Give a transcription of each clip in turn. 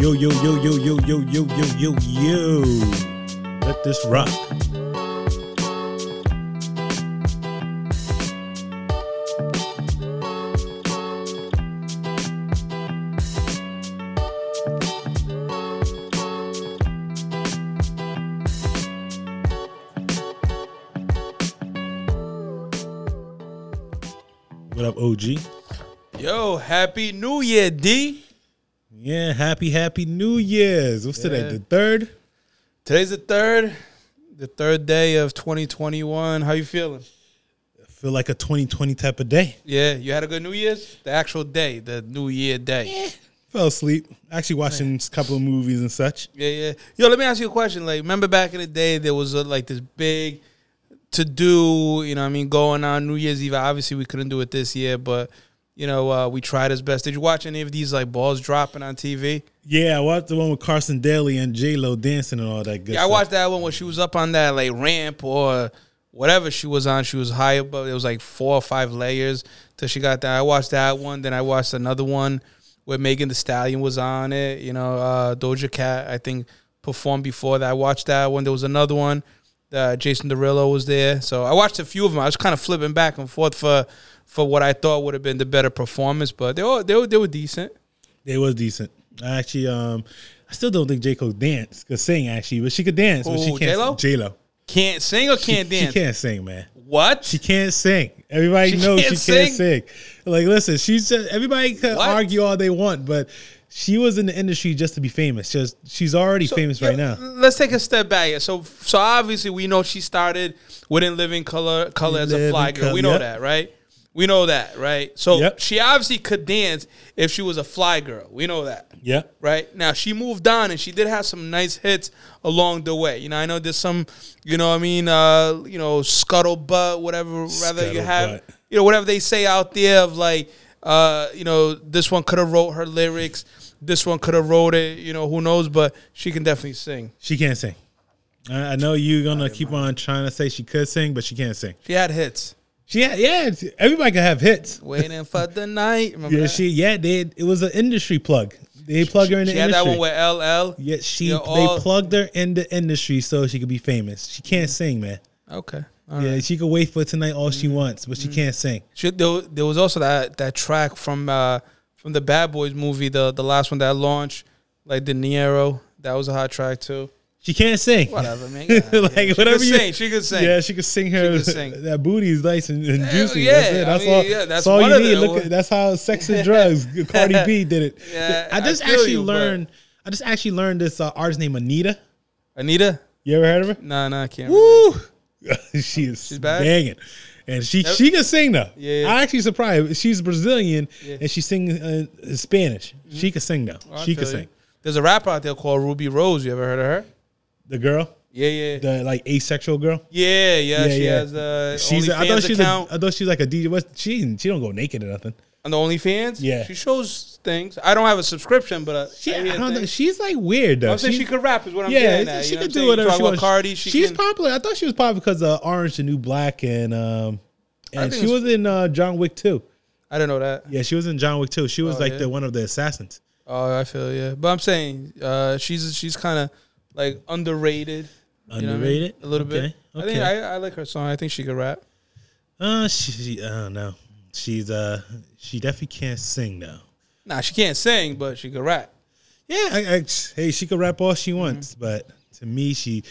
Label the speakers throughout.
Speaker 1: Yo, yo, yo, yo, yo, yo, yo, yo, yo, yo. Let this rock. What up, OG?
Speaker 2: Yo, happy New Year, D.
Speaker 1: Yeah, happy, happy New Year's. What's today?
Speaker 2: Yeah.
Speaker 1: The third?
Speaker 2: Today's the third, the third day of 2021. How you feeling?
Speaker 1: I feel like a 2020 type of day.
Speaker 2: Yeah, you had a good New Year's. The actual day, the New Year day.
Speaker 1: Fell asleep. Actually, watching a couple of movies and such.
Speaker 2: Yeah, yeah. Yo, let me ask you a question. Like, remember back in the day, there was uh like this big to do. You know, what I mean, going on New Year's Eve. Obviously, we couldn't do it this year, but you know, uh, we tried as best. Did you watch any of these like balls dropping on TV?
Speaker 1: Yeah, I watched the one with Carson Daly and J Lo dancing and all that good
Speaker 2: Yeah, I
Speaker 1: stuff.
Speaker 2: watched that one when she was up on that like ramp or whatever she was on. She was high above. It was like four or five layers till she got that. I watched that one. Then I watched another one where Megan the Stallion was on it. You know, uh, Doja Cat I think performed before that. I watched that one. There was another one. Uh, Jason Derulo was there, so I watched a few of them. I was kind of flipping back and forth for for what I thought would have been the better performance, but they were they were, they were decent.
Speaker 1: It was decent. I actually, um, I still don't think J Cole danced, could sing actually, but she could dance, but she
Speaker 2: Who,
Speaker 1: can't.
Speaker 2: J-Lo?
Speaker 1: J Lo.
Speaker 2: Can't sing or can't
Speaker 1: She
Speaker 2: dance.
Speaker 1: can't sing, man.
Speaker 2: What?
Speaker 1: She can't sing. Everybody
Speaker 2: She
Speaker 1: knows
Speaker 2: can't
Speaker 1: she can't sing. Like, listen, she's just, everybody can
Speaker 2: What?
Speaker 1: argue all they want, but she was in the industry just to be famous. Just she's already famous right
Speaker 2: Yeah,
Speaker 1: now.
Speaker 2: Let's take a step back. here. So, so obviously we know she started within Living Color, Color as a
Speaker 1: Living
Speaker 2: fly girl.
Speaker 1: Colour,
Speaker 2: we know
Speaker 1: yep.
Speaker 2: that, right? We know that, right? So
Speaker 1: Yep.
Speaker 2: she obviously could dance if she was a fly girl. We know that,
Speaker 1: Yeah.
Speaker 2: right? Now she moved on and she did have some nice hits along the way. You know, I know there's some, you know, what I mean, uh, you know, scuttlebutt, whatever, rather you have,
Speaker 1: Scuttlebutt.
Speaker 2: you know, whatever they say out there of like, uh, you know, this one could have wrote her lyrics. This one could have wrote it, you know, who knows, but she can definitely sing.
Speaker 1: She can't sing. I, I know you're gonna keep on trying to say she could sing, but she can't sing.
Speaker 2: She had hits.
Speaker 1: She had, yeah, it's- everybody can have hits.
Speaker 2: Waiting for the night. Remember
Speaker 1: Yeah,
Speaker 2: that?
Speaker 1: she yeah, they it was an industry plug. They plug her in the
Speaker 2: She had
Speaker 1: industry.
Speaker 2: that one with LL.
Speaker 1: yeah, she
Speaker 2: Yeah, all-
Speaker 1: they plugged her in the industry so she could be famous. She can't sing, man.
Speaker 2: Okay. All right. Mm-hmm.
Speaker 1: Yeah, she could wait for tonight all she wants, but she can't sing.
Speaker 2: She, there, wa- there was also that that track from uh, from the Bad Boys movie, the the last one that launched, like De Niro. That was a hot track too.
Speaker 1: She can't sing.
Speaker 2: Whatever, man.
Speaker 1: like
Speaker 2: She
Speaker 1: whatever
Speaker 2: could
Speaker 1: you
Speaker 2: sing. She could sing.
Speaker 1: Yeah, she could sing her
Speaker 2: could sing.
Speaker 1: that booty is nice and, and juicy. that's
Speaker 2: yeah, I
Speaker 1: it. That's
Speaker 2: mean,
Speaker 1: all.
Speaker 2: yeah, that's
Speaker 1: that's all
Speaker 2: one
Speaker 1: you
Speaker 2: of
Speaker 1: need.
Speaker 2: the-
Speaker 1: Look, at, that's how Sex and Drugs Cardi B did it.
Speaker 2: Yeah,
Speaker 1: I
Speaker 2: I
Speaker 1: just
Speaker 2: feel
Speaker 1: actually
Speaker 2: you, but-
Speaker 1: learned. I just actually learned this uh, artist named Anita.
Speaker 2: Anita?
Speaker 1: You ever heard of her?
Speaker 2: Nah, nah, I can't.
Speaker 1: Woo! she is
Speaker 2: bad?
Speaker 1: banging. And she she can sing though.
Speaker 2: Yeah, yeah.
Speaker 1: I actually surprised. She's Brazilian and she sings uh, Spanish. She can sing though.
Speaker 2: Mm-hmm. Oh, I
Speaker 1: she can
Speaker 2: feel you.
Speaker 1: sing.
Speaker 2: There's a rapper out there called Ruby Rose. You ever heard of her?
Speaker 1: The girl,
Speaker 2: Yeah, yeah.
Speaker 1: the like asexual girl.
Speaker 2: yeah, yeah,
Speaker 1: Yeah,
Speaker 2: She
Speaker 1: yeah.
Speaker 2: has the
Speaker 1: She's
Speaker 2: OnlyFans
Speaker 1: I thought she's a, uh,
Speaker 2: account.
Speaker 1: I thought she's like a DJ. What she didn't- she don't go naked or nothing.
Speaker 2: on the OnlyFans.
Speaker 1: Yeah.
Speaker 2: she shows things. I don't have a subscription, but uh,
Speaker 1: She,
Speaker 2: I
Speaker 1: I
Speaker 2: hear
Speaker 1: don't
Speaker 2: things.
Speaker 1: know, she's like weird though.
Speaker 2: I'm saying
Speaker 1: She's-
Speaker 2: she could rap is what I'm
Speaker 1: yeah,
Speaker 2: saying. at,
Speaker 1: she
Speaker 2: you know
Speaker 1: could
Speaker 2: what I'm
Speaker 1: do whatever she
Speaker 2: saying? You talk about
Speaker 1: wants.
Speaker 2: Cardi, she
Speaker 1: she's
Speaker 2: can,
Speaker 1: popular. I thought she was popular because of Orange, the New Black, and um, and
Speaker 2: think
Speaker 1: she
Speaker 2: it
Speaker 1: was
Speaker 2: was-
Speaker 1: in uh, John Wick too.
Speaker 2: I don't know that.
Speaker 1: Yeah, she was in John Wick too. She was
Speaker 2: Oh,
Speaker 1: like
Speaker 2: yeah.
Speaker 1: the one of the assassins.
Speaker 2: Oh, I feel yeah. But I'm saying uh, she's she's kind of like underrated. you know what I mean?
Speaker 1: Underrated?
Speaker 2: a little
Speaker 1: Okay,
Speaker 2: bit. I
Speaker 1: okay.
Speaker 2: think I, I like her song. I think she could rap.
Speaker 1: Uh, she, she I don't know. She's uh, she definitely can't sing though.
Speaker 2: Nah, she can't sing, but she could rap.
Speaker 1: Yeah, I, I, hey, she could rap all she wants, but to me, she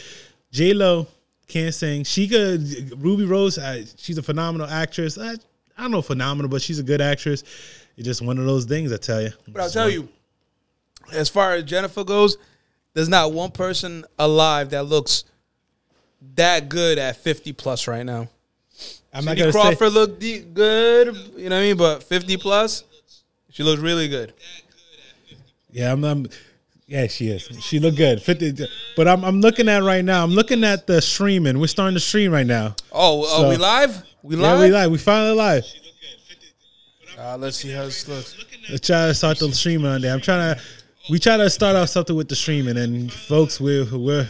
Speaker 1: J Lo can't sing. She could Ruby Rose. I, she's a phenomenal actress. I, I don't know phenomenal, but she's a good actress. It's just one of those things. I tell you.
Speaker 2: But I'll tell you, as far as Jennifer goes, there's not one person alive that looks that good at 50 plus right now.
Speaker 1: I'm not gonna
Speaker 2: Cindy Crawford looked de- good, you know what I mean? But 50 plus, she looks really good.
Speaker 1: say. Yeah, I'm. I'm yeah, she is. She look good. Fifty, but I'm, I'm looking at right now. I'm looking at the streaming. We're starting to stream right now.
Speaker 2: Oh,
Speaker 1: So-
Speaker 2: are we live? We
Speaker 1: Yeah,
Speaker 2: live?
Speaker 1: we live. We finally live.
Speaker 2: Uh, let's see how this looks.
Speaker 1: Let's try to start the streaming on there. I'm trying to. We try to start off something with the streaming, and folks, we're we're We're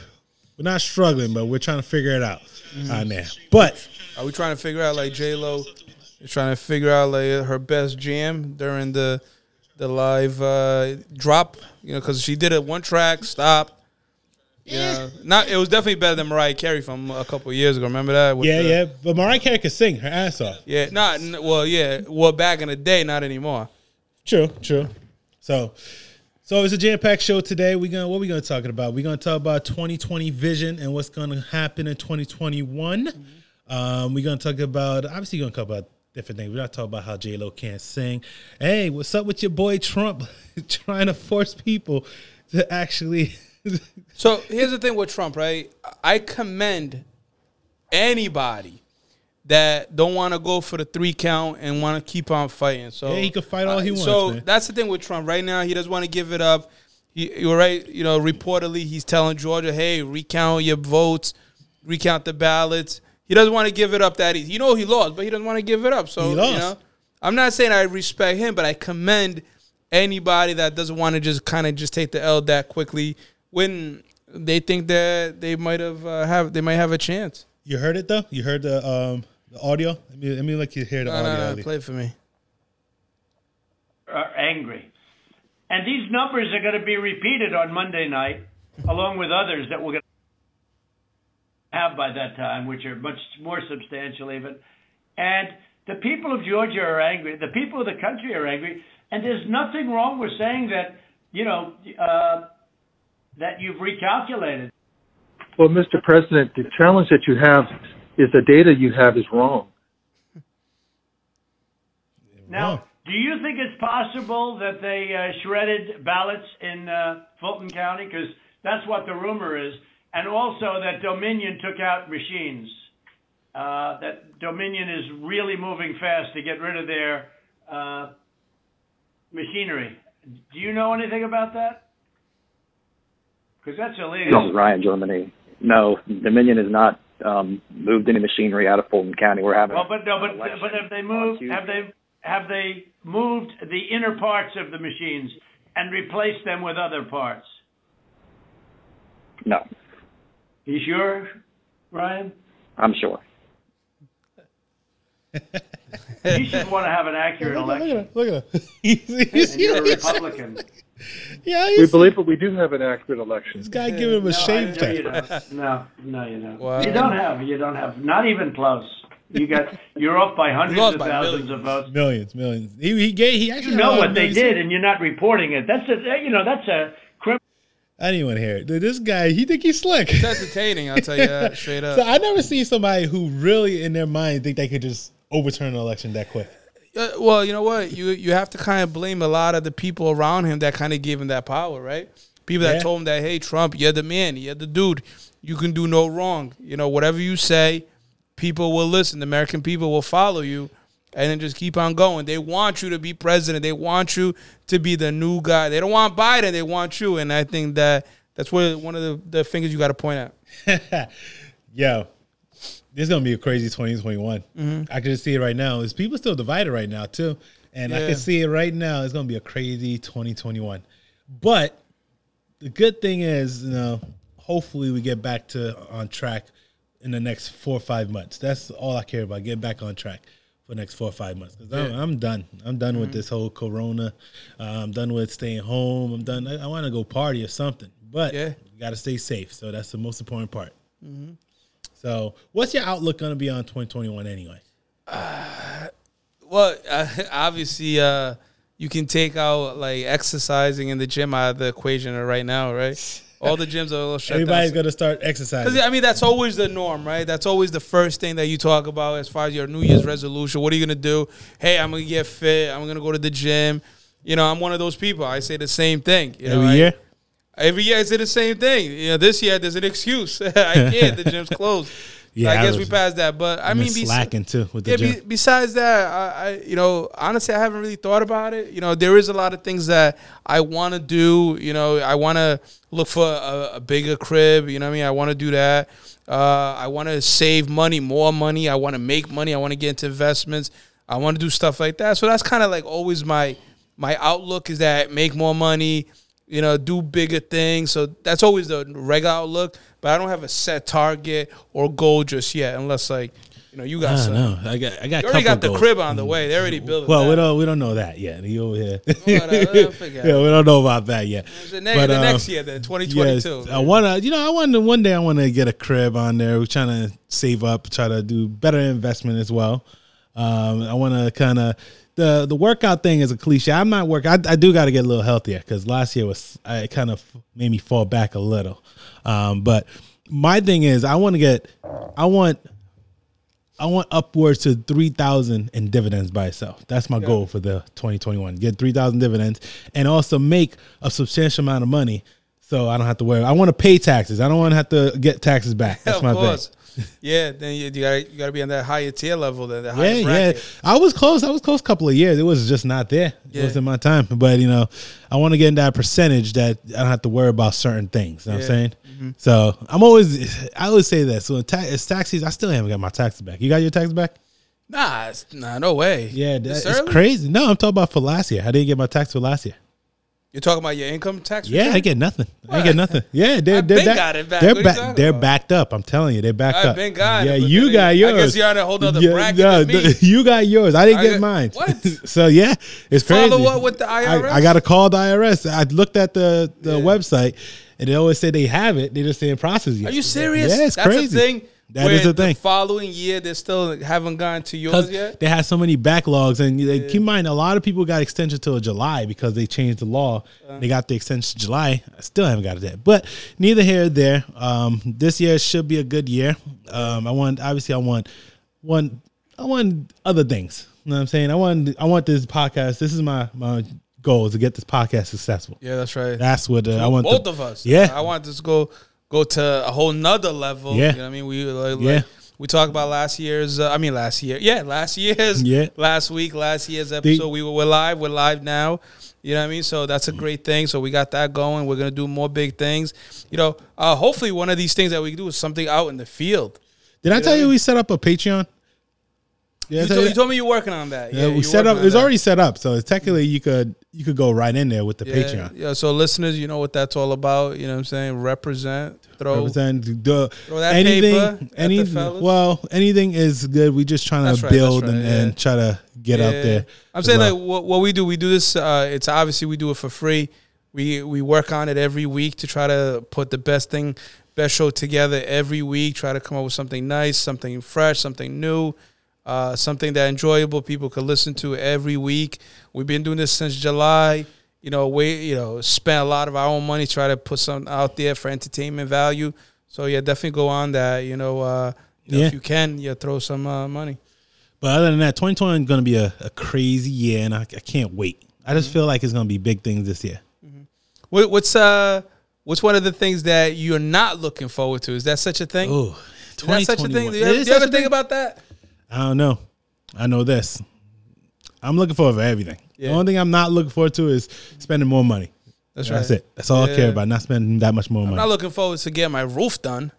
Speaker 1: not struggling, but we're trying to figure it out on there. But
Speaker 2: Are we trying to figure out like J Lo is trying to figure out like her best jam during the the live uh, drop? You know, because she did it one track, stop. Yeah, not it was definitely better than Mariah Carey from a couple of years ago. Remember that? With
Speaker 1: yeah,
Speaker 2: the-
Speaker 1: yeah. But Mariah Carey could sing her ass off.
Speaker 2: yeah. Not n- well, yeah. Well, back in the day, not anymore.
Speaker 1: True, true. So, so it's a jam packed show today. We gonna what we gonna talk about? We are gonna talk about 2020 vision and what's gonna happen in 2021. Um, we are gonna talk about obviously gonna talk about different things. We're not talking about how J Lo can't sing. Hey, what's up with your boy Trump trying to force people to actually?
Speaker 2: So here's the thing with Trump, right? I commend anybody that don't want to go for the three count and want to keep on fighting. So
Speaker 1: Yeah, he could fight all he wants,
Speaker 2: So
Speaker 1: man.
Speaker 2: that's the thing with Trump right now. He doesn't want to give it up. He, you're right. You know, reportedly he's telling Georgia, "Hey, recount your votes, recount the ballots." He doesn't want to give it up that easy. You know he lost, but he doesn't want to give it up. So
Speaker 1: He lost.
Speaker 2: you know, I'm not saying I respect him, but I commend anybody that doesn't want to just kind of just take the L that quickly when they think that they might have uh, have they might have a chance.
Speaker 1: you heard it though. You heard the um the audio. Let me let me let you hear the
Speaker 2: No,
Speaker 1: audio.
Speaker 2: no, no,
Speaker 1: Ali.
Speaker 2: play it for me.
Speaker 3: are angry. And these numbers are going to be repeated on Monday night, along with others that we're going to have by that time, which are much more substantial even. And the people of Georgia are angry. The people of the country are angry. And there's nothing wrong with saying that, you know, uh, that you've recalculated.
Speaker 4: Well, Mr. President, the challenge that you have is the data you have is wrong.
Speaker 1: Wrong.
Speaker 3: Now, do you think it's possible that they uh, shredded ballots in uh, Fulton County? Because that's what the rumor is. And also that Dominion took out machines. Uh, that Dominion is really moving fast to get rid of their uh, machinery. Do you know anything about that? Because that's illegal.
Speaker 5: No, Ryan, Germany. No, Dominion has not um, moved any machinery out of Fulton County. We're having.
Speaker 3: Well, but no, but
Speaker 5: election
Speaker 3: but have they
Speaker 5: on
Speaker 3: moved?
Speaker 5: Tuesday.
Speaker 3: Have they have they moved the inner parts of the machines and replaced them with other parts?
Speaker 5: No,
Speaker 3: You sure, Ryan?
Speaker 5: I'm sure.
Speaker 3: You should want to have an accurate
Speaker 1: Look
Speaker 3: election.
Speaker 1: at look at him. Look at him. He's- he's-
Speaker 3: And you're a Republican.
Speaker 1: yeah,
Speaker 4: We
Speaker 1: he's, this
Speaker 4: believe that we do have an accurate election.
Speaker 1: guy giving him a
Speaker 3: No,
Speaker 1: shame
Speaker 3: I- no,
Speaker 1: test.
Speaker 3: you don't. No, no, you don't.
Speaker 2: Wow.
Speaker 3: You don't have. You don't have. Not even close. You got. You're off by hundreds
Speaker 2: lost
Speaker 3: of
Speaker 2: by
Speaker 3: thousands of votes.
Speaker 1: Millions, millions. He, he gave. He actually.
Speaker 3: You
Speaker 1: had a
Speaker 3: know
Speaker 1: lot of
Speaker 3: what they
Speaker 1: millions.
Speaker 3: did, and you're not reporting it. That's a. You know that's a criminal.
Speaker 1: I didn't want to hear it. Dude, This guy, he think he's slick.
Speaker 2: That's entertaining. I'll tell you that straight up.
Speaker 1: So I never seen somebody who really, in their mind, think they could just overturn an election that quick.
Speaker 2: Uh, well, you know what? You you have to kind of blame a lot of the people around him that kind of gave him that power, right? People that
Speaker 1: Yeah.
Speaker 2: told him that, hey, Trump, you're the man, you're the dude, you can do no wrong. You know, whatever you say, people will listen. The American people will follow you, and then just keep on going. They want you to be president. They want you to be the new guy. They don't want Biden. They want you, and I think that that's what one of the, the fingers you got to point at.
Speaker 1: Yo, this is gonna be a crazy 2021.
Speaker 2: Mm-hmm.
Speaker 1: I can just see it right now. Is people still divided right now too, and I
Speaker 2: Yeah.
Speaker 1: can see it right now. It's gonna be a crazy 2021. But the good thing is, you know, hopefully we get back to on track in the next four or five months. That's all I care about. Get back on track for the next four or five months. Cause I'm, I'm done. I'm done
Speaker 2: Mm-hmm.
Speaker 1: with this whole Corona. Uh, I'm done with staying home. I'm done. I, I want to go party or something. But
Speaker 2: Yeah. Mm-hmm.
Speaker 1: you got to stay safe. So that's the most important part. So, what's your outlook going to be on 2021 anyway?
Speaker 2: Well, uh, obviously, uh, you can take out like exercising in the gym out of the equation right now, right? All the gyms are a little shut
Speaker 1: Everybody's
Speaker 2: down.
Speaker 1: going to start exercising.
Speaker 2: Because I mean, that's always the norm, right? That's always the first thing that you talk about as far as your New Year's resolution. What are you gonna do? Hey, I'm gonna get fit. I'm gonna go to the gym. You know, I'm one of those people. I say the same thing. You know,
Speaker 1: Every
Speaker 2: I-
Speaker 1: year?
Speaker 2: Every year I say the same thing. You know, this year there's an excuse. I can't. The gym's closed.
Speaker 1: Yeah,
Speaker 2: I
Speaker 1: I
Speaker 2: guess we
Speaker 1: was-
Speaker 2: passed that. But I
Speaker 1: I mean,
Speaker 2: mean, besi-
Speaker 1: slacking too with the
Speaker 2: yeah,
Speaker 1: gym.
Speaker 2: be, besides that, I, I you know honestly I haven't really thought about it. You know there is a lot of things that I want to do. You know I want to look for a, a bigger crib. You know what I mean I want to do that. Uh, I want to save money, more money. I want to make money. I want to get into investments. I want to do stuff like that. So that's kind of like always my my outlook is that make more money, you know, do bigger things. So that's always the regular outlook. But I don't have a set target or goal just yet, unless like, you know, you got
Speaker 1: I
Speaker 2: some.
Speaker 1: don't know. I got I got.
Speaker 2: You already got the
Speaker 1: couple goals.
Speaker 2: crib on the way. They already built it.
Speaker 1: Well, uh, we
Speaker 2: that.
Speaker 1: don't we don't know that yet. You over here?
Speaker 2: Whatever, I forget.
Speaker 1: yeah, we don't know about that yet.
Speaker 2: the, ne-
Speaker 1: But,
Speaker 2: the
Speaker 1: uh,
Speaker 2: next year, then twenty twenty two.
Speaker 1: Yes, I want to. You know, I want to one day. I want to get a crib on there. We're trying to save up, try to do better investment as well. Um, I want to kind of the the workout thing is a cliche. I'm not working. I, I do got to get a little healthier because last year was I kind of made me fall back a little. Um, but my thing is, I want to get. I want. I want upwards to three thousand in dividends by itself. That's my goal for the 2021. Get three thousand dividends and also make a substantial amount of money, so I don't have to worry. I want to pay taxes. I don't want to have to get taxes back. That's
Speaker 2: of
Speaker 1: my
Speaker 2: course.
Speaker 1: thing.
Speaker 2: Yeah, then you, you gotta you gotta be on that higher tier level than the higher
Speaker 1: Yeah, yeah.
Speaker 2: bracket.
Speaker 1: I was close. I was close a couple of years. It was just not there. It
Speaker 2: Yeah.
Speaker 1: wasn't my time. But you know, I want to get in that percentage that I don't have to worry about certain things. You know what I'm
Speaker 2: Yeah. Mm-hmm.
Speaker 1: saying? So I'm always. I always say that. So ta- it's taxes. I still haven't got my taxes back. You got your taxes back?
Speaker 2: Nah, it's, nah, no way.
Speaker 1: Yeah, that,
Speaker 2: This
Speaker 1: it's
Speaker 2: early?
Speaker 1: crazy. No, I'm talking about for last year. I didn't get my tax for last year.
Speaker 2: You're talking about your income tax?
Speaker 1: Yeah,
Speaker 2: return?
Speaker 1: I get nothing. I get nothing. Yeah, they're,
Speaker 2: I've
Speaker 1: they're
Speaker 2: been
Speaker 1: back,
Speaker 2: got it back.
Speaker 1: They're
Speaker 2: What are you talking
Speaker 1: back. They're
Speaker 2: about?
Speaker 1: backed up. I'm telling you, they're backed
Speaker 2: I've
Speaker 1: up.
Speaker 2: been got it,
Speaker 1: Yeah,
Speaker 2: but
Speaker 1: you
Speaker 2: then
Speaker 1: got
Speaker 2: I
Speaker 1: yours.
Speaker 2: guess you're on a whole nother bracket than me.
Speaker 1: you got yours. I didn't
Speaker 2: I
Speaker 1: get
Speaker 2: got-
Speaker 1: mine.
Speaker 2: what?
Speaker 1: so yeah, it's crazy.
Speaker 2: Follow up with the IRS?
Speaker 1: I, I got to call the IRS. I looked at the the
Speaker 2: Yeah.
Speaker 1: website, and they always say they have it. They just say in process yet.
Speaker 2: Are you serious?
Speaker 1: Yeah, it's
Speaker 2: That's
Speaker 1: crazy.
Speaker 2: a thing.
Speaker 1: That is
Speaker 2: where
Speaker 1: a thing.
Speaker 2: The following year, they still haven't gone to yours
Speaker 1: because
Speaker 2: yet.
Speaker 1: they had so many backlogs. And they, keep in mind, a lot of people got extension till July because they changed the law.
Speaker 2: Uh.
Speaker 1: they got the extension to July. I still haven't got it yet. But neither here or there. Um, this year should be a good year. Um, I want obviously I want one I want other things. You know what I'm saying? I want I want this podcast. This is my my goal is to get this podcast successful.
Speaker 2: Yeah, that's right.
Speaker 1: That's what uh, I want.
Speaker 2: Both
Speaker 1: the-
Speaker 2: of us.
Speaker 1: Yeah.
Speaker 2: I want this to go go to a whole nother level.
Speaker 1: Yeah.
Speaker 2: You know what I mean? We like, like-
Speaker 1: Yeah.
Speaker 2: we talked about last year's uh, I mean last year. Yeah, last year's
Speaker 1: Yeah.
Speaker 2: last week, last year's episode. we were we're live, we're live now. You know what I mean? So that's a great thing. So we got that going. We're gonna do more big things. You know, uh, hopefully one of these things that we do is something out in the field.
Speaker 1: Did I tell you we set up a Patreon? Did I
Speaker 2: You,
Speaker 1: tell
Speaker 2: told,
Speaker 1: that?
Speaker 2: you told me you're working on that.
Speaker 1: Yeah, we
Speaker 2: you're
Speaker 1: set
Speaker 2: working
Speaker 1: up.
Speaker 2: on
Speaker 1: It's
Speaker 2: that.
Speaker 1: already set up, so it's technically you could you could go right in there with the
Speaker 2: yeah,
Speaker 1: Patreon.
Speaker 2: Yeah, so listeners, you know what that's all about. You know what I'm saying? Represent, throw.
Speaker 1: Represent the
Speaker 2: Throw that paper
Speaker 1: anything,
Speaker 2: at the
Speaker 1: any
Speaker 2: fellas.
Speaker 1: well, anything is good. We just trying
Speaker 2: That's
Speaker 1: to
Speaker 2: right, that's
Speaker 1: build
Speaker 2: right,
Speaker 1: and,
Speaker 2: yeah.
Speaker 1: and try to get out there.
Speaker 2: I'm
Speaker 1: as
Speaker 2: saying
Speaker 1: well.
Speaker 2: like what, what we do, we do this. Uh, it's obviously we do it for free. We we work on it every week to try to put the best thing, best show together every week. Try to come up with something nice, something fresh, something new, uh, something that enjoyable people could listen to every week. We've been doing this since July. You know, we you know spent a lot of our own money try to put something out there for entertainment value. So yeah, definitely go on that. You know, uh, you know,
Speaker 1: Yeah.
Speaker 2: if you can, yeah, throw some uh, money.
Speaker 1: But other than that, 2020 is going to be a, a crazy year, and I, I can't wait. I
Speaker 2: Mm-hmm.
Speaker 1: just feel like it's going to be big things this year.
Speaker 2: What, what's uh what's one of the things that you're not looking forward to? Is that such a thing?
Speaker 1: Oh,
Speaker 2: is that such a thing? Do you, ever- do you ever think about that?
Speaker 1: I don't know. I know this. I'm looking forward for everything.
Speaker 2: Yeah.
Speaker 1: The only thing I'm not looking forward to is spending more money.
Speaker 2: That's
Speaker 1: That's
Speaker 2: right.
Speaker 1: it. That's all I care
Speaker 2: Yeah.
Speaker 1: about. Not spending that much more
Speaker 2: I'm
Speaker 1: money.
Speaker 2: not looking forward to getting my roof done.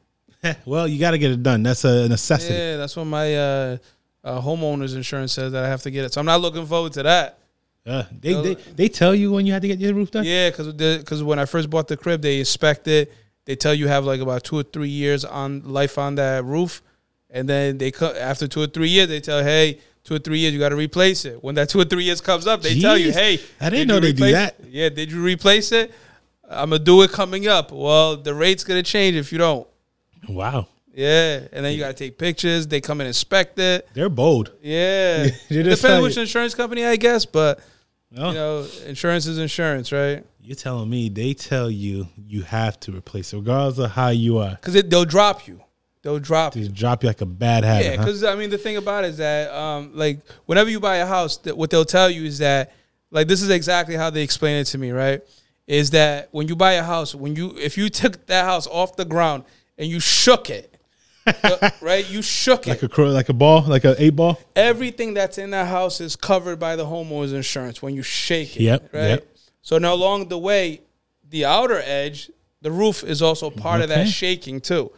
Speaker 1: well, you got to get it done. That's a necessity.
Speaker 2: Yeah, that's what my uh, uh, homeowner's insurance says that I have to get it. So I'm not looking forward to that.
Speaker 1: Uh, they, they they tell you when you have to get your roof done.
Speaker 2: Yeah, because because when I first bought the crib, they inspect it. They tell you have like about two or three years on life on that roof, and then they co- after two or three years, they tell hey. Two or three years, you got to replace it. When that two or three years comes up, they tell you,
Speaker 1: Jeez.
Speaker 2: "Hey,
Speaker 1: I didn't
Speaker 2: did
Speaker 1: know
Speaker 2: you
Speaker 1: they do
Speaker 2: replace-
Speaker 1: that.
Speaker 2: Yeah, did you replace it? I'm gonna do it coming up. Well, the rate's gonna change if you don't.
Speaker 1: Wow,
Speaker 2: Yeah, and then you gotta take pictures. They come and inspect it.
Speaker 1: they're bold.
Speaker 2: Yeah,
Speaker 1: They
Speaker 2: it
Speaker 1: just
Speaker 2: depends
Speaker 1: tell
Speaker 2: which
Speaker 1: you.
Speaker 2: insurance company, I guess. But
Speaker 1: Oh,
Speaker 2: you know, insurance is insurance, right?
Speaker 1: you're telling me they tell you you have to replace it, regardless of how you are.
Speaker 2: Because they'll drop you. They'll drop you.
Speaker 1: They drop you like a bad habit.
Speaker 2: Yeah,
Speaker 1: huh?
Speaker 2: because I mean the thing about it is that um, like whenever you buy a house, th- what they'll tell you is that like this is exactly how they explain it to me, right? Is that when you buy a house, when you if you took that house off the ground and you shook it, uh, right? You shook
Speaker 1: like
Speaker 2: it.
Speaker 1: a cro- like a ball, like an eight ball.
Speaker 2: Everything that's in that house is covered by the homeowner's insurance when you shake it.
Speaker 1: Yep,
Speaker 2: Right.
Speaker 1: yep.
Speaker 2: So now along the way, the outer edge, the roof is also part of that
Speaker 1: Okay.
Speaker 2: shaking too.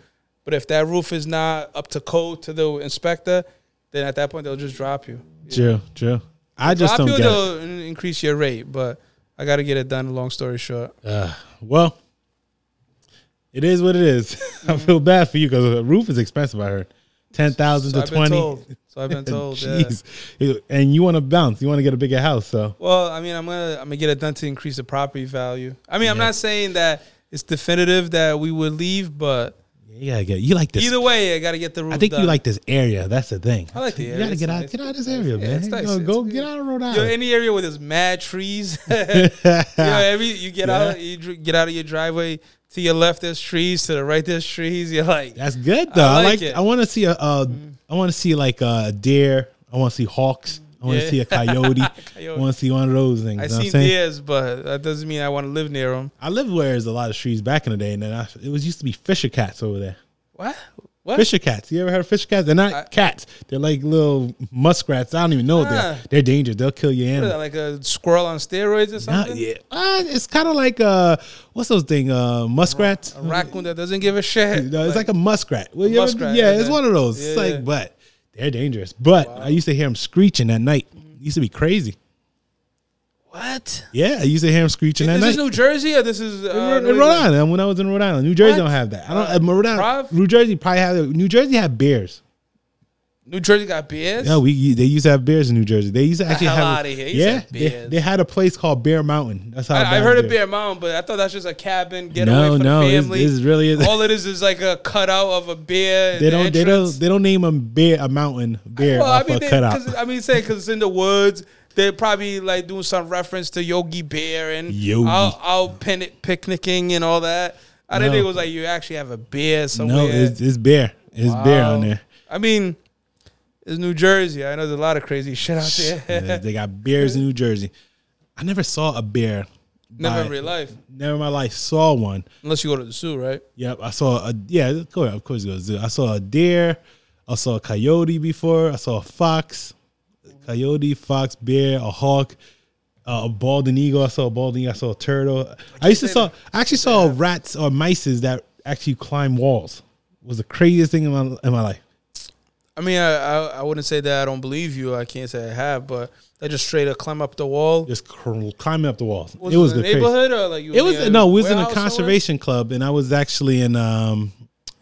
Speaker 2: But if that roof is not up to code to the inspector, then at that point they'll just drop you.
Speaker 1: True, true. I just
Speaker 2: drop
Speaker 1: don't
Speaker 2: you
Speaker 1: get it.
Speaker 2: they'll in- increase your rate, but I got to get it done. Long story short,
Speaker 1: Well, it is what it is. I feel bad for you because a roof is expensive. I heard ten thousand
Speaker 2: so
Speaker 1: to
Speaker 2: I've been
Speaker 1: twenty.
Speaker 2: told. So I've been told. yeah.
Speaker 1: Jeez. And you want to bounce. You want to get a bigger house. So
Speaker 2: Well, I mean, I'm gonna I'm gonna get it done to increase the property value. I mean, I'm not saying that it's definitive that we would leave, but
Speaker 1: you gotta get. You like this.
Speaker 2: either way, I got to get the roof.
Speaker 1: I think
Speaker 2: done.
Speaker 1: you like this area. That's the thing.
Speaker 2: I like the area.
Speaker 1: You gotta
Speaker 2: It's
Speaker 1: get out.
Speaker 2: nice.
Speaker 1: Get out of this area,
Speaker 2: Yeah,
Speaker 1: man.
Speaker 2: it's nice.
Speaker 1: Go,
Speaker 2: It's-
Speaker 1: go get out of Rhode
Speaker 2: Yo,
Speaker 1: Island.
Speaker 2: any area where there's mad trees. you know, every you get out, you dr- get out of your driveway. To your left, there's trees. To the right, there's trees. You're like,
Speaker 1: That's good though. I
Speaker 2: like
Speaker 1: like. I,
Speaker 2: it.
Speaker 1: want to see a. Uh, I want to see like a deer. I want to see hawks. I want to
Speaker 2: Yeah.
Speaker 1: see a coyote. I
Speaker 2: Coyote.
Speaker 1: want to see one of those things.
Speaker 2: I
Speaker 1: you know what I'm
Speaker 2: seen
Speaker 1: saying?
Speaker 2: deers, but that doesn't mean I want to live near them.
Speaker 1: I lived where there's a lot of trees back in the day, and then I, it was used to be fisher cats over there.
Speaker 2: What? What?
Speaker 1: Fisher cats. You ever heard of fisher cats? They're not cats. They're like little muskrats. I don't even know what they're.
Speaker 2: Ah.
Speaker 1: They're dangerous. They'll kill your
Speaker 2: What is
Speaker 1: animal.
Speaker 2: that, like a squirrel on steroids or
Speaker 1: Ah,
Speaker 2: something?
Speaker 1: yeah. Ah, it's kind of like uh, what's those thing? Uh, muskrats.
Speaker 2: A raccoon that doesn't give a shit.
Speaker 1: No, it's like, a muskrat. Well, you ever-
Speaker 2: muskrat,
Speaker 1: yeah,
Speaker 2: yeah.
Speaker 1: it's one of those. it's
Speaker 2: Yeah,
Speaker 1: like,
Speaker 2: yeah.
Speaker 1: but they're dangerous. But I used to hear them screeching at night. It used to be crazy.
Speaker 2: what?
Speaker 1: Yeah, I used to hear them screeching at
Speaker 2: Is this
Speaker 1: night.
Speaker 2: New Jersey or this is uh,
Speaker 1: In Rhode-
Speaker 2: New
Speaker 1: in Rhode
Speaker 2: England?
Speaker 1: Island, when I was in Rhode Island, New Jersey
Speaker 2: What?
Speaker 1: don't have that. I don't. Uh, Rhode Island,
Speaker 2: Prov?
Speaker 1: New Jersey probably had. New Jersey had bears.
Speaker 2: New Jersey got beers.
Speaker 1: No, we they used to have bears in New Jersey. They used to actually
Speaker 2: hell
Speaker 1: have
Speaker 2: outta here. You
Speaker 1: yeah.
Speaker 2: said
Speaker 1: They,
Speaker 2: bears.
Speaker 1: they had a place called Bear Mountain. That's how
Speaker 2: I,
Speaker 1: bad
Speaker 2: I've heard
Speaker 1: it
Speaker 2: of
Speaker 1: is.
Speaker 2: Bear Mountain, but I thought that's just a cabin getaway
Speaker 1: No,
Speaker 2: for
Speaker 1: no,
Speaker 2: the
Speaker 1: it's-
Speaker 2: family.
Speaker 1: it's really is-
Speaker 2: all it is is like a cutout of a beer.
Speaker 1: They don't. They don't. They don't name a bear a mountain bear
Speaker 2: Well, I
Speaker 1: off
Speaker 2: mean,
Speaker 1: a
Speaker 2: they,
Speaker 1: cutout.
Speaker 2: 'cause- I mean, say because it's in the woods. They're probably like doing some reference to Yogi Bear and
Speaker 1: Yogi.
Speaker 2: out, out pin- picnicking and all that. I
Speaker 1: No.
Speaker 2: didn't think it was like you actually have a beer somewhere.
Speaker 1: No, it's, it's bear. It's bear on there.
Speaker 2: I mean, it's New Jersey. I know there's a lot of crazy shit out there.
Speaker 1: Yeah, they got bears in New Jersey. I never saw a bear.
Speaker 2: Never
Speaker 1: by-
Speaker 2: in real life,
Speaker 1: Never in my life saw one.
Speaker 2: unless you go to the zoo, right?
Speaker 1: Yep, I saw a yeah. Of course, of course, it goes. I saw a deer. I saw a coyote before. I saw a fox, coyote, fox, bear, a hawk, uh, a balding eagle. I saw a balding. eagle. I saw a turtle. I used to saw. I actually saw rats or mices that actually climb walls. was the craziest thing in my in my life.
Speaker 2: I mean, I, I I wouldn't say that I don't believe you. I can't say I have, but I just straight up climb up the wall.
Speaker 1: Just cr- climbing up the walls.
Speaker 2: Was
Speaker 1: it was
Speaker 2: in
Speaker 1: the
Speaker 2: the
Speaker 1: craziest.
Speaker 2: neighborhood or like you
Speaker 1: It was no, it was in a
Speaker 2: warehouse somewhere?
Speaker 1: conservation club, and I was actually in um,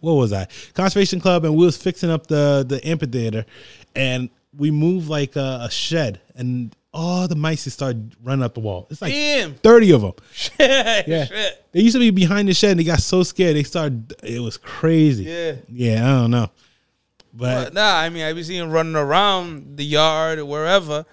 Speaker 1: what was I? Conservation club, and we was fixing up the the amphitheater, and we moved like a, a shed, and all the mice started running up the wall. It's like
Speaker 2: Damn.
Speaker 1: thirty of them.
Speaker 2: yeah.
Speaker 1: Yeah, they used to be behind the shed, and they got so scared they started. It was crazy.
Speaker 2: Yeah.
Speaker 1: yeah, I don't know, but,
Speaker 2: But Uh, nah, I mean, I be seeing 'em running around the yard or wherever.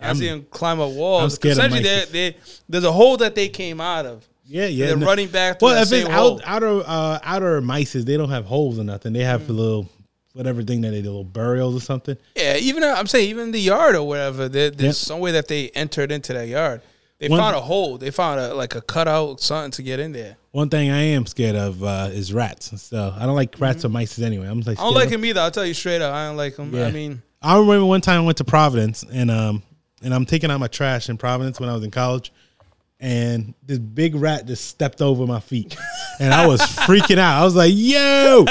Speaker 2: I see them climb up walls.
Speaker 1: I'm scared of
Speaker 2: Essentially,
Speaker 1: mice.
Speaker 2: they they there's a hole that they came out of.
Speaker 1: yeah, yeah,
Speaker 2: they're
Speaker 1: no.
Speaker 2: running back to
Speaker 1: Well,
Speaker 2: that
Speaker 1: if it's
Speaker 2: same
Speaker 1: out,
Speaker 2: hole.
Speaker 1: outer uh, outer mices, they don't have holes or nothing. They have
Speaker 2: Mm.
Speaker 1: little whatever thing that they do, little burials or something.
Speaker 2: Yeah, even uh, I'm saying even the yard or wherever. There, there's
Speaker 1: Yep.
Speaker 2: some way that they entered into that yard. They
Speaker 1: One-
Speaker 2: found a hole. They found a like a cutout something to get in there.
Speaker 1: One thing I am scared of uh, is rats. So I don't like rats or mice anyway. I'm like,
Speaker 2: Mm-hmm. I don't
Speaker 1: scared
Speaker 2: like
Speaker 1: of-
Speaker 2: him either. I'll tell you straight up. I don't like him.
Speaker 1: Yeah.
Speaker 2: I mean,
Speaker 1: I remember one time I went to Providence and um and I'm taking out my trash in Providence when I was in college, and this big rat just stepped over my feet, and I was freaking out. I was like, yo,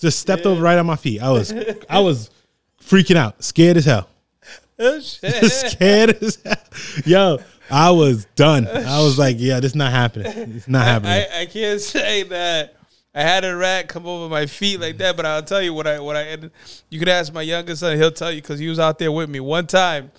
Speaker 1: just stepped over right on my feet. I was I was freaking out, scared as hell, Oh, scared as hell. Yo, I was done. I was like, yeah, this not happening. It's not happening.
Speaker 2: I, I can't say that I had a rat come over my feet like that, but I'll tell you what I what I and you could ask my youngest son, he'll tell you because he was out there with me one time.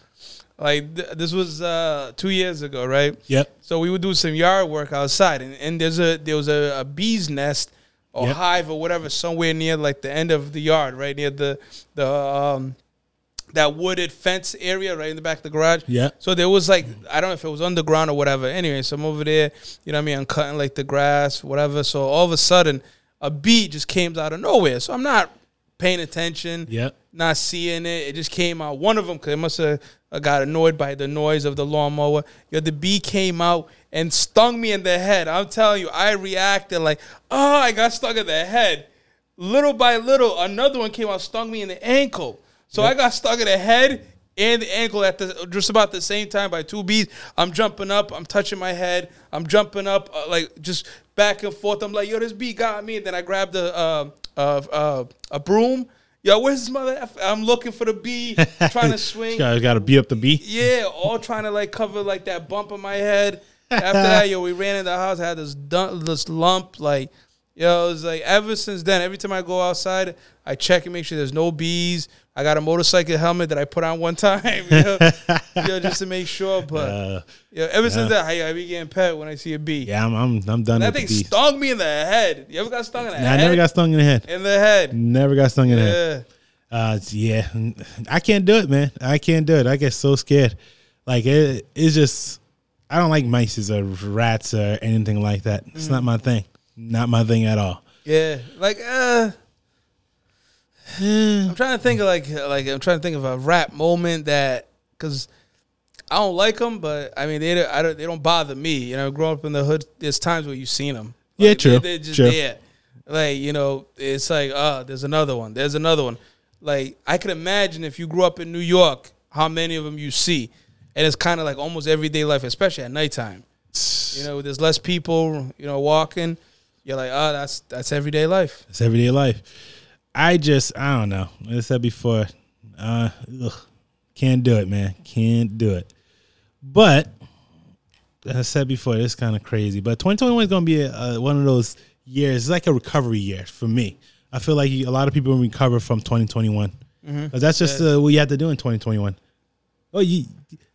Speaker 2: Like th- this was uh, two years ago, right?
Speaker 1: Yep.
Speaker 2: So we would do some yard work outside, and, and there's a there was a, a bee's nest or
Speaker 1: Yep.
Speaker 2: hive or whatever somewhere near like the end of the yard, right near the the um, that wooded fence area right in the back of the garage.
Speaker 1: Yeah.
Speaker 2: So there was like I don't know if it was underground or whatever. Anyway, so I'm over there, you know what I mean, I'm cutting like the grass, whatever. So all of a sudden a bee just came out of nowhere. So I'm not paying attention.
Speaker 1: Yep.
Speaker 2: Not seeing it. It just came out. One of them, because it must have uh, got annoyed by the noise of the lawnmower. Yo, the bee came out and stung me in the head. I'm telling you, I reacted like, oh, I got stung in the head little by little, another one came out, stung me in the ankle. So I got stung in the head and the ankle at the just about the same time by two bees. I'm jumping up, I'm touching my head, I'm jumping up, uh, like just back and forth. I'm like, yo, this bee got me. And then I grabbed a uh, uh, uh, a broom yo, where's his mother? F-? I'm looking for the B, trying to swing.
Speaker 1: Got got to beat up the B.
Speaker 2: Yeah, all trying to like cover like that bump on my head. After that, yo, we ran in the house. I had this dun- this lump. Like, yo, it was like ever since then. Every time I go outside, I check and make sure there's no bees. I got a motorcycle helmet that I put on one time, you know, yo, just to make sure. But
Speaker 1: Uh,
Speaker 2: yo, ever since that, I, I be getting pet when I see a bee.
Speaker 1: yeah, I'm I'm, I'm done
Speaker 2: And
Speaker 1: with
Speaker 2: that
Speaker 1: the
Speaker 2: thing
Speaker 1: B.
Speaker 2: stung me in the head. You ever got stung in the
Speaker 1: Nah, I
Speaker 2: head?
Speaker 1: never got stung in the head.
Speaker 2: in the head.
Speaker 1: Never got stung in the head.
Speaker 2: Yeah.
Speaker 1: Uh, it's- yeah, I can't do it, man. I can't do it. I get so scared. Like it, it's just I don't like mice or rats or anything like that. It's
Speaker 2: Mm.
Speaker 1: not my thing. Not my thing at all.
Speaker 2: Yeah. Like uh
Speaker 1: Eh,
Speaker 2: I'm trying to think of like like I'm trying to think of a rap moment that cuz I don't like them, but I mean they don't- I don't they don't bother me. You know, growing up in the hood, there's times where you've seen them.
Speaker 1: Yeah, true,
Speaker 2: They're just
Speaker 1: true.
Speaker 2: there. Like you know, it's like uh, there's another one. There's another one. Like I could imagine if you grew up in New York, how many of them you see, and it's kind of like almost everyday life, especially at nighttime. You know, there's less people. You know, walking. You're like, oh, that's that's everyday life.
Speaker 1: It's everyday life. I just I don't know. Like I said before, uh, ugh, can't do it, man. Can't do it. But as I said before, it's kind of crazy. But 2021 is going to be a, a, one of those years. It's like a recovery year for me. I feel like a lot of people recover from 2021. 'Cause that's just uh, what you had to do in 2021. Oh, you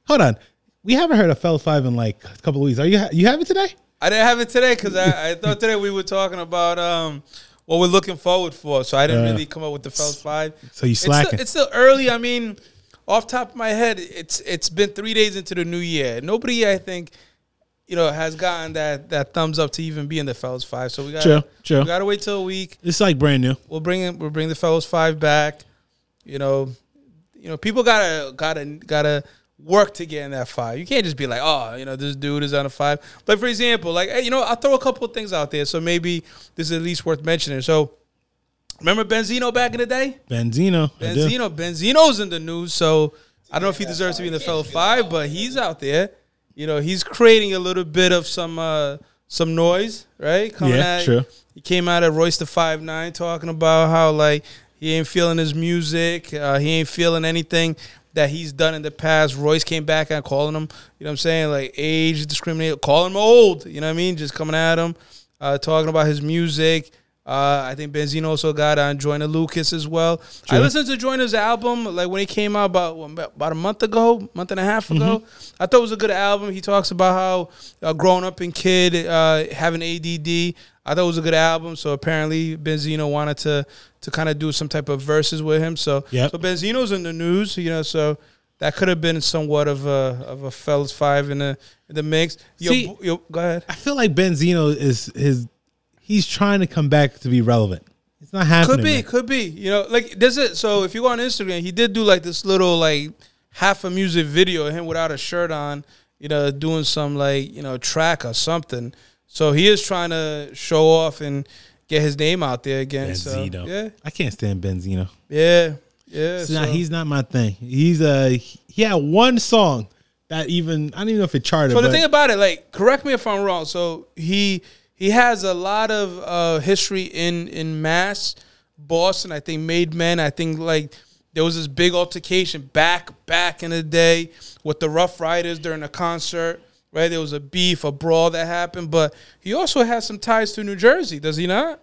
Speaker 1: hold on. We haven't heard of Fell Five in like a couple of weeks. Are you ha- you have it today?
Speaker 2: I didn't have it today because I, I thought today we were talking about um, what we're looking forward for. So I didn't
Speaker 1: Yeah.
Speaker 2: really come up with the Felt Five.
Speaker 1: So you
Speaker 2: It's still,
Speaker 1: slacking.
Speaker 2: it's still early. I mean, off top of my head, it's it's been three days into the new year. Nobody, I think, you know, has gotten that that thumbs up to even be in the Fells Five. So we got
Speaker 1: True, true.
Speaker 2: We got to wait till a week.
Speaker 1: It's like brand new.
Speaker 2: We'll bring in, we'll bring the Fells Five back. You know, you know, people gotta gotta gotta work to get in that five. You can't just be like, oh, you know, this dude is on a five. Like for example, like hey, you know, I'll throw a couple of things out there, so maybe this is at least worth mentioning. So. Remember Benzino back in the day?
Speaker 1: Benzino. I do.
Speaker 2: Benzino. Benzino's in the news, so I don't know if he deserves to be in the fellow five, but he's out there. You know, he's creating a little bit of some uh, some noise, right?
Speaker 1: Yeah, true.
Speaker 2: He came out at Royce the Five Nine talking about how like he ain't feeling his music, uh, he ain't feeling anything that he's done in the past. Royce came back and calling him, you know what I'm saying, like age discriminate, calling him old, you know what I mean, just coming at him, uh, talking about his music. Uh, I think Benzino also got on Joyner Lucas as well. I listened to Joyner's album like when it came out about about a month ago, month and a half ago.
Speaker 1: Mm-hmm.
Speaker 2: I thought it was a good album. He talks about how uh, growing up and kid uh, having ADD. I thought it was a good album. So apparently Benzino wanted to to kind of do some type of verses with him. So
Speaker 1: Yep.
Speaker 2: so Benzino's in the news, you know. So that could have been somewhat of a of a fellas five in the in the mix. Yo,
Speaker 1: See-
Speaker 2: bo- yo, go ahead.
Speaker 1: I feel like Benzino is his. He's trying to come back to be relevant. It's not happening.
Speaker 2: Could be,
Speaker 1: man.
Speaker 2: could be. You know, like there's it. So if you go on Instagram, he did do like this little like half a music video of him without a shirt on, you know, doing some like you know track or something. So he is trying to show off and get his name out there again. So
Speaker 1: Benzino.
Speaker 2: yeah,
Speaker 1: I can't stand Benzino.
Speaker 2: yeah, yeah.
Speaker 1: It's not-
Speaker 2: so-
Speaker 1: he's not my thing. He's uh he had one song that even I don't even know if it charted.
Speaker 2: So
Speaker 1: but
Speaker 2: the thing about it, like, correct me if I'm wrong. So he he has a lot of uh, history in in mass Boston. I think made men. I think like there was this big altercation back back in the day with the Rough Riders during a concert. Right, there was a beef, a brawl that happened. But he also has some ties to New Jersey, does he not?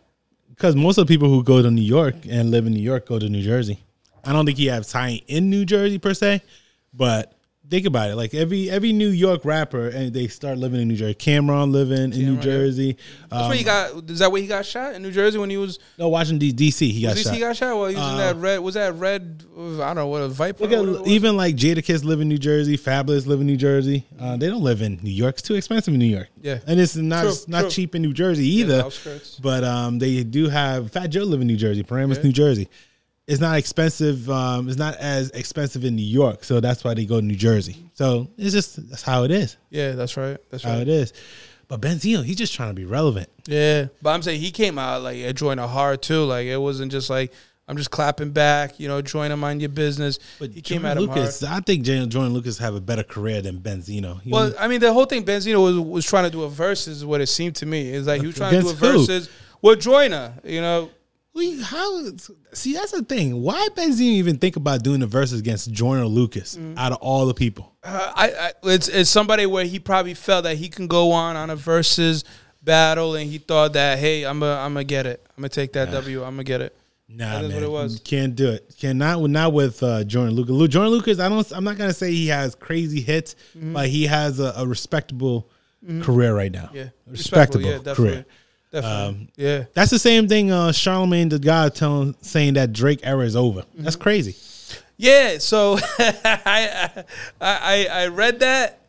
Speaker 1: because most of the people who go to New York and live in New York go to New Jersey. I don't think he has tie in New Jersey per se, but think about it. Like every every New York rapper and they start living in New Jersey. Cameron living in New Jersey.
Speaker 2: That's
Speaker 1: Um,
Speaker 2: where he got. Is that where he got shot in New Jersey when he was?
Speaker 1: no, Washington D- DC. He got
Speaker 2: Was he
Speaker 1: shot. Uh,
Speaker 2: got shot? Well, he was in that red. Was that red? I don't know what a viper.
Speaker 1: Look at-
Speaker 2: or whatever it was?
Speaker 1: even like Jadakiss live in New Jersey, Fabulous live in New Jersey. Uh, they don't live in New York; it's too expensive in New York.
Speaker 2: Mm-hmm. Yeah.
Speaker 1: and it's not
Speaker 2: True,
Speaker 1: it's not
Speaker 2: true.
Speaker 1: cheap in New Jersey
Speaker 2: the
Speaker 1: either.
Speaker 2: outskirts.
Speaker 1: but um, they do have Fat Joe live in New Jersey, Paramus, New Jersey. It's not expensive. Um, it's not as expensive in New York, so that's why they go to New Jersey. So it's just that's how it is.
Speaker 2: yeah, that's right. That's right.
Speaker 1: How it is. But Benzino, he's just trying to be relevant.
Speaker 2: Yeah, but I'm saying he came out like a joint a hard too. Like it wasn't just like I'm just clapping back. You know, join him on your business. But he came
Speaker 1: Jordan
Speaker 2: out hard.
Speaker 1: Lucas, I think Jan- Jordan Lucas have a better career than Benzino. He
Speaker 2: Well,
Speaker 1: only-
Speaker 2: I mean, the whole thing Benzino was was trying to do a versus. Is what it seemed to me is like he was trying to do a
Speaker 1: Against who?
Speaker 2: versus with Joyner. You know,
Speaker 1: We how see that's the thing. Why Benzine even think about doing the verses against Jordan or Lucas
Speaker 2: Mm-hmm.
Speaker 1: out of all the people?
Speaker 2: Uh, I, I it's, it's somebody where he probably felt that he can go on on a versus battle, and he thought that hey, I'm gonna I'm gonna get it. I'm gonna take that W. I'm gonna get it.
Speaker 1: Nah,
Speaker 2: That is
Speaker 1: man,
Speaker 2: what it was.
Speaker 1: can't do it. Cannot not with uh, Jordan Lucas. Lu- Jordan Lucas, I don't. I'm not gonna say he has crazy hits,
Speaker 2: Mm-hmm.
Speaker 1: but he has a, a respectable career right now.
Speaker 2: Yeah,
Speaker 1: respectable, career. Um,
Speaker 2: definitely. yeah,
Speaker 1: That's the same thing. Uh, Charlemagne the God telling saying that Drake era is over. That's
Speaker 2: Mm-hmm.
Speaker 1: crazy.
Speaker 2: yeah. So I, I I I read that.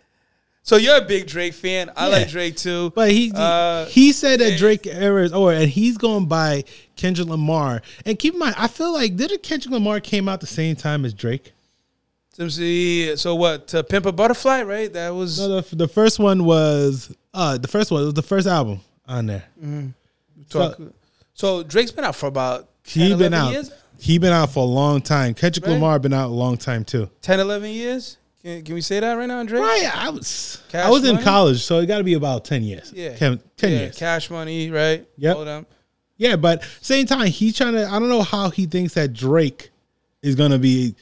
Speaker 2: So you're a big Drake fan. I
Speaker 1: Yeah.
Speaker 2: like Drake too.
Speaker 1: But he
Speaker 2: Uh,
Speaker 1: he said that Drake era is over, and he's going by Kendrick Lamar. And keep in mind, I feel like did Kendrick Lamar came out the same time as Drake?
Speaker 2: Let me see. So what? To Pimp a Butterfly, right? That was
Speaker 1: No, the, the first one was uh the first one it was the first album on there.
Speaker 2: Mm, talk. So, Drake's been out for about 10,
Speaker 1: He been
Speaker 2: 11
Speaker 1: out.
Speaker 2: years.
Speaker 1: He been out for a long time. Kendrick
Speaker 2: Right.
Speaker 1: Lamar been out a long time too.
Speaker 2: 10, 11 years. Can, can we say that right now, Drake?
Speaker 1: Right, I was I
Speaker 2: Cash
Speaker 1: was in
Speaker 2: Money?
Speaker 1: college, so it got to be about ten years.
Speaker 2: Yeah.
Speaker 1: Ken- ten
Speaker 2: yeah,
Speaker 1: years.
Speaker 2: Cash Money, right?
Speaker 1: Yep.
Speaker 2: All them.
Speaker 1: Yeah, but same time he's trying to. I don't know how he thinks that Drake is gonna be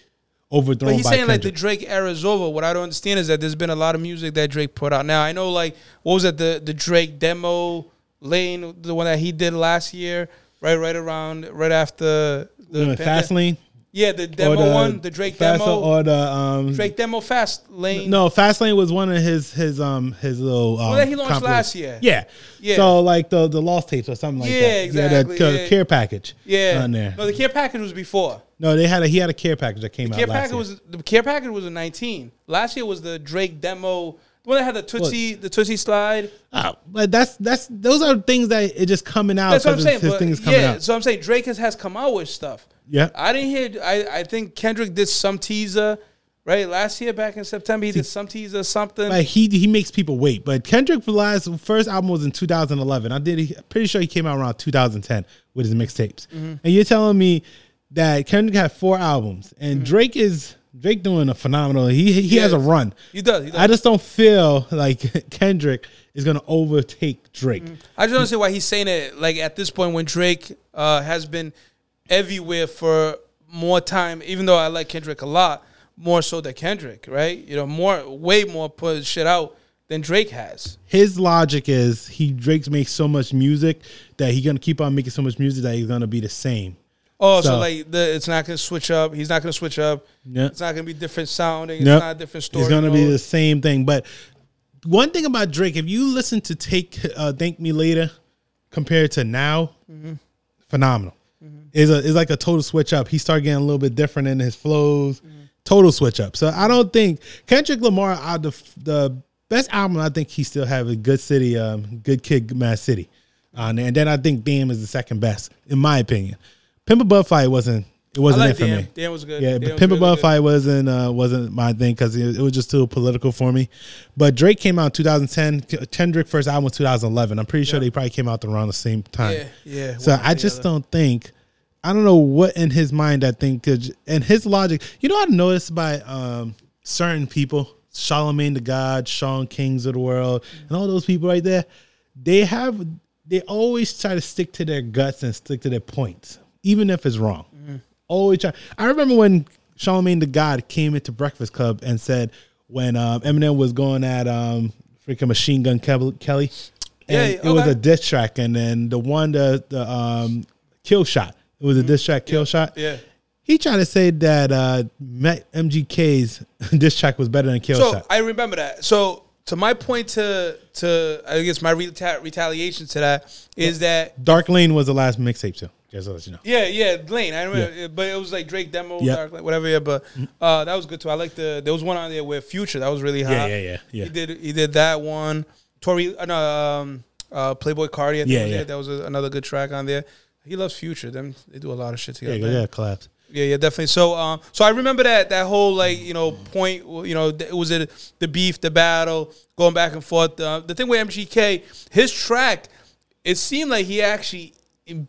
Speaker 1: overthrown
Speaker 2: But he's
Speaker 1: by
Speaker 2: saying like the
Speaker 1: Kendrick.
Speaker 2: Drake era is over. What I don't understand is that there's been a lot of music that Drake put out. Now I know like what was that the the Drake demo lane, the one that he did last year, right, right around, right after the
Speaker 1: You know,
Speaker 2: pandemic.
Speaker 1: Fastlane
Speaker 2: Yeah, the demo one, the Drake
Speaker 1: Fast-
Speaker 2: demo,
Speaker 1: or the um
Speaker 2: Drake demo fast lane.
Speaker 1: No, Fastlane was one of his his um his little. Um,
Speaker 2: that he launched
Speaker 1: compilation.
Speaker 2: last year.
Speaker 1: Yeah.
Speaker 2: Yeah.
Speaker 1: So like the the lost tapes or something like
Speaker 2: Yeah,
Speaker 1: that.
Speaker 2: exactly,
Speaker 1: He had a ca-
Speaker 2: yeah.
Speaker 1: care package.
Speaker 2: yeah,
Speaker 1: On there.
Speaker 2: No, the care package was before.
Speaker 1: No, they had a he had a care package that came out
Speaker 2: Care
Speaker 1: last
Speaker 2: package
Speaker 1: year.
Speaker 2: was the care package was a 19. Last year was the Drake demo, the one that had the Tootsie, the Tootsie slide.
Speaker 1: Ah, but that's that's those are things that it just coming out.
Speaker 2: That's what I'm
Speaker 1: 'cause
Speaker 2: saying.
Speaker 1: Oh, His, his
Speaker 2: but
Speaker 1: thing is coming
Speaker 2: yeah,
Speaker 1: out.
Speaker 2: so I'm saying Drake has, has come out with stuff.
Speaker 1: Yeah.
Speaker 2: I didn't hear. I, I think Kendrick did some teaser, right? Last year, back in September, he did some teaser, something.
Speaker 1: Like Uh, he he makes people wait, but Kendrick for last first album was in 2011. I did I'm pretty sure he came out around 2010 with his mixtapes.
Speaker 2: Mm-hmm.
Speaker 1: And you're telling me that Kendrick had four albums, and Drake is Drake doing a phenomenal. He he has a
Speaker 2: Yes.
Speaker 1: run.
Speaker 2: Mm-hmm. he does. He does.
Speaker 1: I just don't feel like Kendrick is gonna overtake Drake.
Speaker 2: I just don't see why he's saying it. Like at this point, when Drake uh, has been everywhere for more time, even though I like Kendrick a lot, more so than Kendrick, right? You know, more, way more put shit out than Drake has.
Speaker 1: His logic is he Drake makes so much music that he's gonna keep on making so much music that he's gonna be the same.
Speaker 2: Oh, so,
Speaker 1: So-
Speaker 2: like the it's not gonna switch up. He's not gonna switch up.
Speaker 1: Yeah.
Speaker 2: It's not gonna be different sounding.
Speaker 1: Nope.
Speaker 2: It's not a different story.
Speaker 1: It's gonna be
Speaker 2: mode.
Speaker 1: the same thing. But one thing about Drake, if you listen to "Take uh, Thank Me Later" compared to now, phenomenal. Is a is like a total switch up. He started getting a little bit different in his flows. Total switch up. So I don't think Kendrick Lamar out the the best album. I think he still have a good city, um, good kid, Mad City, on there. And then I think Damn is the second best in my opinion. Pimp a Butterfly wasn't it
Speaker 2: I
Speaker 1: wasn't
Speaker 2: like
Speaker 1: it for
Speaker 2: Dan.
Speaker 1: me.
Speaker 2: Dan was good.
Speaker 1: Yeah,
Speaker 2: Dan
Speaker 1: but
Speaker 2: was
Speaker 1: Pimp a
Speaker 2: really good.
Speaker 1: Butterfly wasn't uh, wasn't my thing because it, it was just too political for me. But Drake came out in 2010. K- Kendrick first album was 2011. I'm pretty sure they probably came out around the same time.
Speaker 2: Yeah, yeah,
Speaker 1: So
Speaker 2: one or
Speaker 1: I
Speaker 2: the
Speaker 1: just
Speaker 2: other.
Speaker 1: don't think. I don't know what in his mind that thing could. j- And his logic, you know, I noticed by um, certain people, Charlemagne the God, Sean Kings of the world, and all those people right there, they have they always try to stick to their guts and stick to their points, even if it's wrong
Speaker 2: Mm-hmm.
Speaker 1: always try. I remember when Charlemagne the God came into Breakfast Club and said when um, Eminem was going at um, freaking Machine Gun Kel- Kelly, and
Speaker 2: Yeah,
Speaker 1: it was
Speaker 2: okay.
Speaker 1: a diss track, and then the one the the um, kill shot. It was a diss track kill shot.
Speaker 2: Yeah.
Speaker 1: He tried to say that uh, Ma- MGK's diss track was better than kill
Speaker 2: So
Speaker 1: shot.
Speaker 2: I remember that. So to my point to to I guess my reta- retaliation to that is that
Speaker 1: Dark Lane was the last mixtape too. Just to let you know.
Speaker 2: yeah yeah Lane I remember but it was like Drake demo
Speaker 1: Yeah. Mm-hmm.
Speaker 2: Dark Lane, whatever yeah but uh, that was good too I like the there was one on there with Future that was really hot
Speaker 1: Yeah, yeah, yeah, yeah.
Speaker 2: he did he did that one Tory uh, no, um, uh, Playboy Cardi I think
Speaker 1: Yeah,
Speaker 2: was
Speaker 1: yeah.
Speaker 2: there. that was a, another good track on there he loves Future them they do a lot of shit
Speaker 1: Yeah,
Speaker 2: together
Speaker 1: yeah, yeah, collapse.
Speaker 2: Yeah, yeah, definitely. So, um, so I remember that that whole like you know point. You know, th- it was it the beef, the battle, going back and forth. Uh, the thing with MGK, his track, it seemed like he actually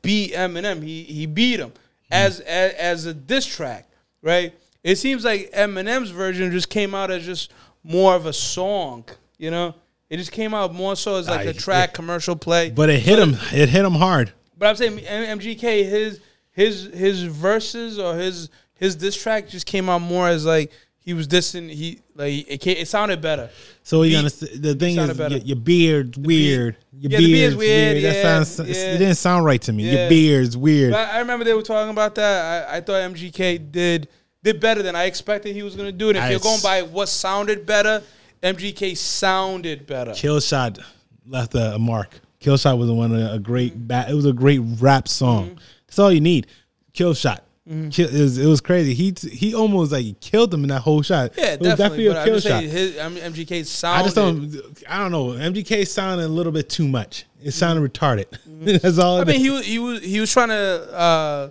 Speaker 2: beat Eminem. He he beat him as, as as a diss track, right? It seems like Eminem's version just came out as just more of a song. You know, it just came out more so as like
Speaker 1: Ah,
Speaker 2: a track commercial play.
Speaker 1: But it hit him. It hit him hard.
Speaker 2: But I'm saying M- MGK his his his verses or his his diss track just came out more as like he was dissing he like it ca- it sounded better.
Speaker 1: So you
Speaker 2: Beat.
Speaker 1: gonna s- the thing
Speaker 2: Sounded
Speaker 1: is
Speaker 2: better.
Speaker 1: your, your beard's weird. Your
Speaker 2: Yeah, the beard's
Speaker 1: beard's weird.
Speaker 2: weird,
Speaker 1: That
Speaker 2: yeah,
Speaker 1: sounds it's-
Speaker 2: yeah.
Speaker 1: it didn't sound right to me.
Speaker 2: Yeah.
Speaker 1: Your beard's weird.
Speaker 2: But I remember they were talking about that. I, I thought MGK did did better than I expected he was going to do. And if
Speaker 1: I
Speaker 2: you're
Speaker 1: s-
Speaker 2: going by what sounded better, MGK sounded better.
Speaker 1: Kill shot left a, a mark. Kill shot was one of a great ba- it was a great rap song.
Speaker 2: Mm-hmm.
Speaker 1: That's all you need. Kill shot. Kill, it, was, it was crazy. He t- he almost like killed him in that whole shot.
Speaker 2: Yeah,
Speaker 1: it was
Speaker 2: definitely.
Speaker 1: definitely
Speaker 2: But
Speaker 1: a
Speaker 2: I'm
Speaker 1: kill
Speaker 2: just
Speaker 1: shot.
Speaker 2: saying his I mean, MGK
Speaker 1: I
Speaker 2: sounded.
Speaker 1: just don't. I don't know. MGK sounded a little bit too much. It sounded retarded. That's all.
Speaker 2: Mm-hmm. I
Speaker 1: it
Speaker 2: mean,
Speaker 1: is.
Speaker 2: he was he was he was trying to uh,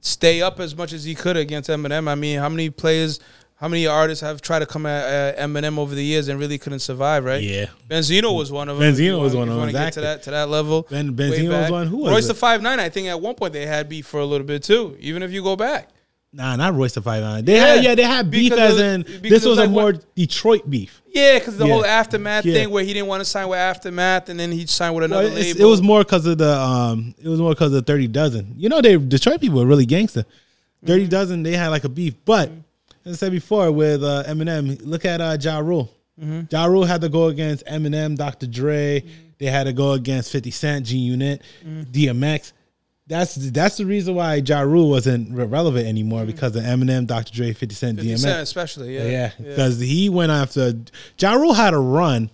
Speaker 2: stay up as much as he could against Eminem. I mean, how many players, how many artists have tried to come at uh, Eminem over the years and really couldn't survive, right?
Speaker 1: Yeah.
Speaker 2: Benzino was one of them.
Speaker 1: Benzino was one of them,
Speaker 2: Want to get to
Speaker 1: exactly.
Speaker 2: that to that level?
Speaker 1: Ben-
Speaker 2: way
Speaker 1: Benzino was
Speaker 2: back.
Speaker 1: one. Who was
Speaker 2: Royce
Speaker 1: it?
Speaker 2: the Five Nine? I think at one point they had beef for a little bit too. Even if you go back,
Speaker 1: Nah, not Royce the Five Nine. They
Speaker 2: Yeah.
Speaker 1: had yeah, they had beef
Speaker 2: Because
Speaker 1: as
Speaker 2: it-
Speaker 1: in
Speaker 2: because
Speaker 1: this
Speaker 2: it
Speaker 1: was,
Speaker 2: was
Speaker 1: a
Speaker 2: like
Speaker 1: more
Speaker 2: what-
Speaker 1: Detroit beef.
Speaker 2: yeah, because the
Speaker 1: Yeah.
Speaker 2: whole aftermath
Speaker 1: Yeah.
Speaker 2: thing where he didn't want to sign with aftermath, and then he signed with
Speaker 1: Well,
Speaker 2: another
Speaker 1: it's-
Speaker 2: label.
Speaker 1: it was more because of the um, it was more because of Thirty Dozen. You know, they Detroit people are really gangster. 30 Dozen, they had like a beef, but as I said before with uh, Eminem, look at uh, Ja Rule. Ja Rule had to go against Eminem, Dr. Dre. They had to go against Fifty Cent, G Unit, DMX. That's that's the reason why Ja Rule wasn't re- relevant anymore because of Eminem, Dr. Dre, Fifty Cent, DMX.
Speaker 2: especially. Yeah,
Speaker 1: eh? Yeah, because he went after Ja Rule had a run,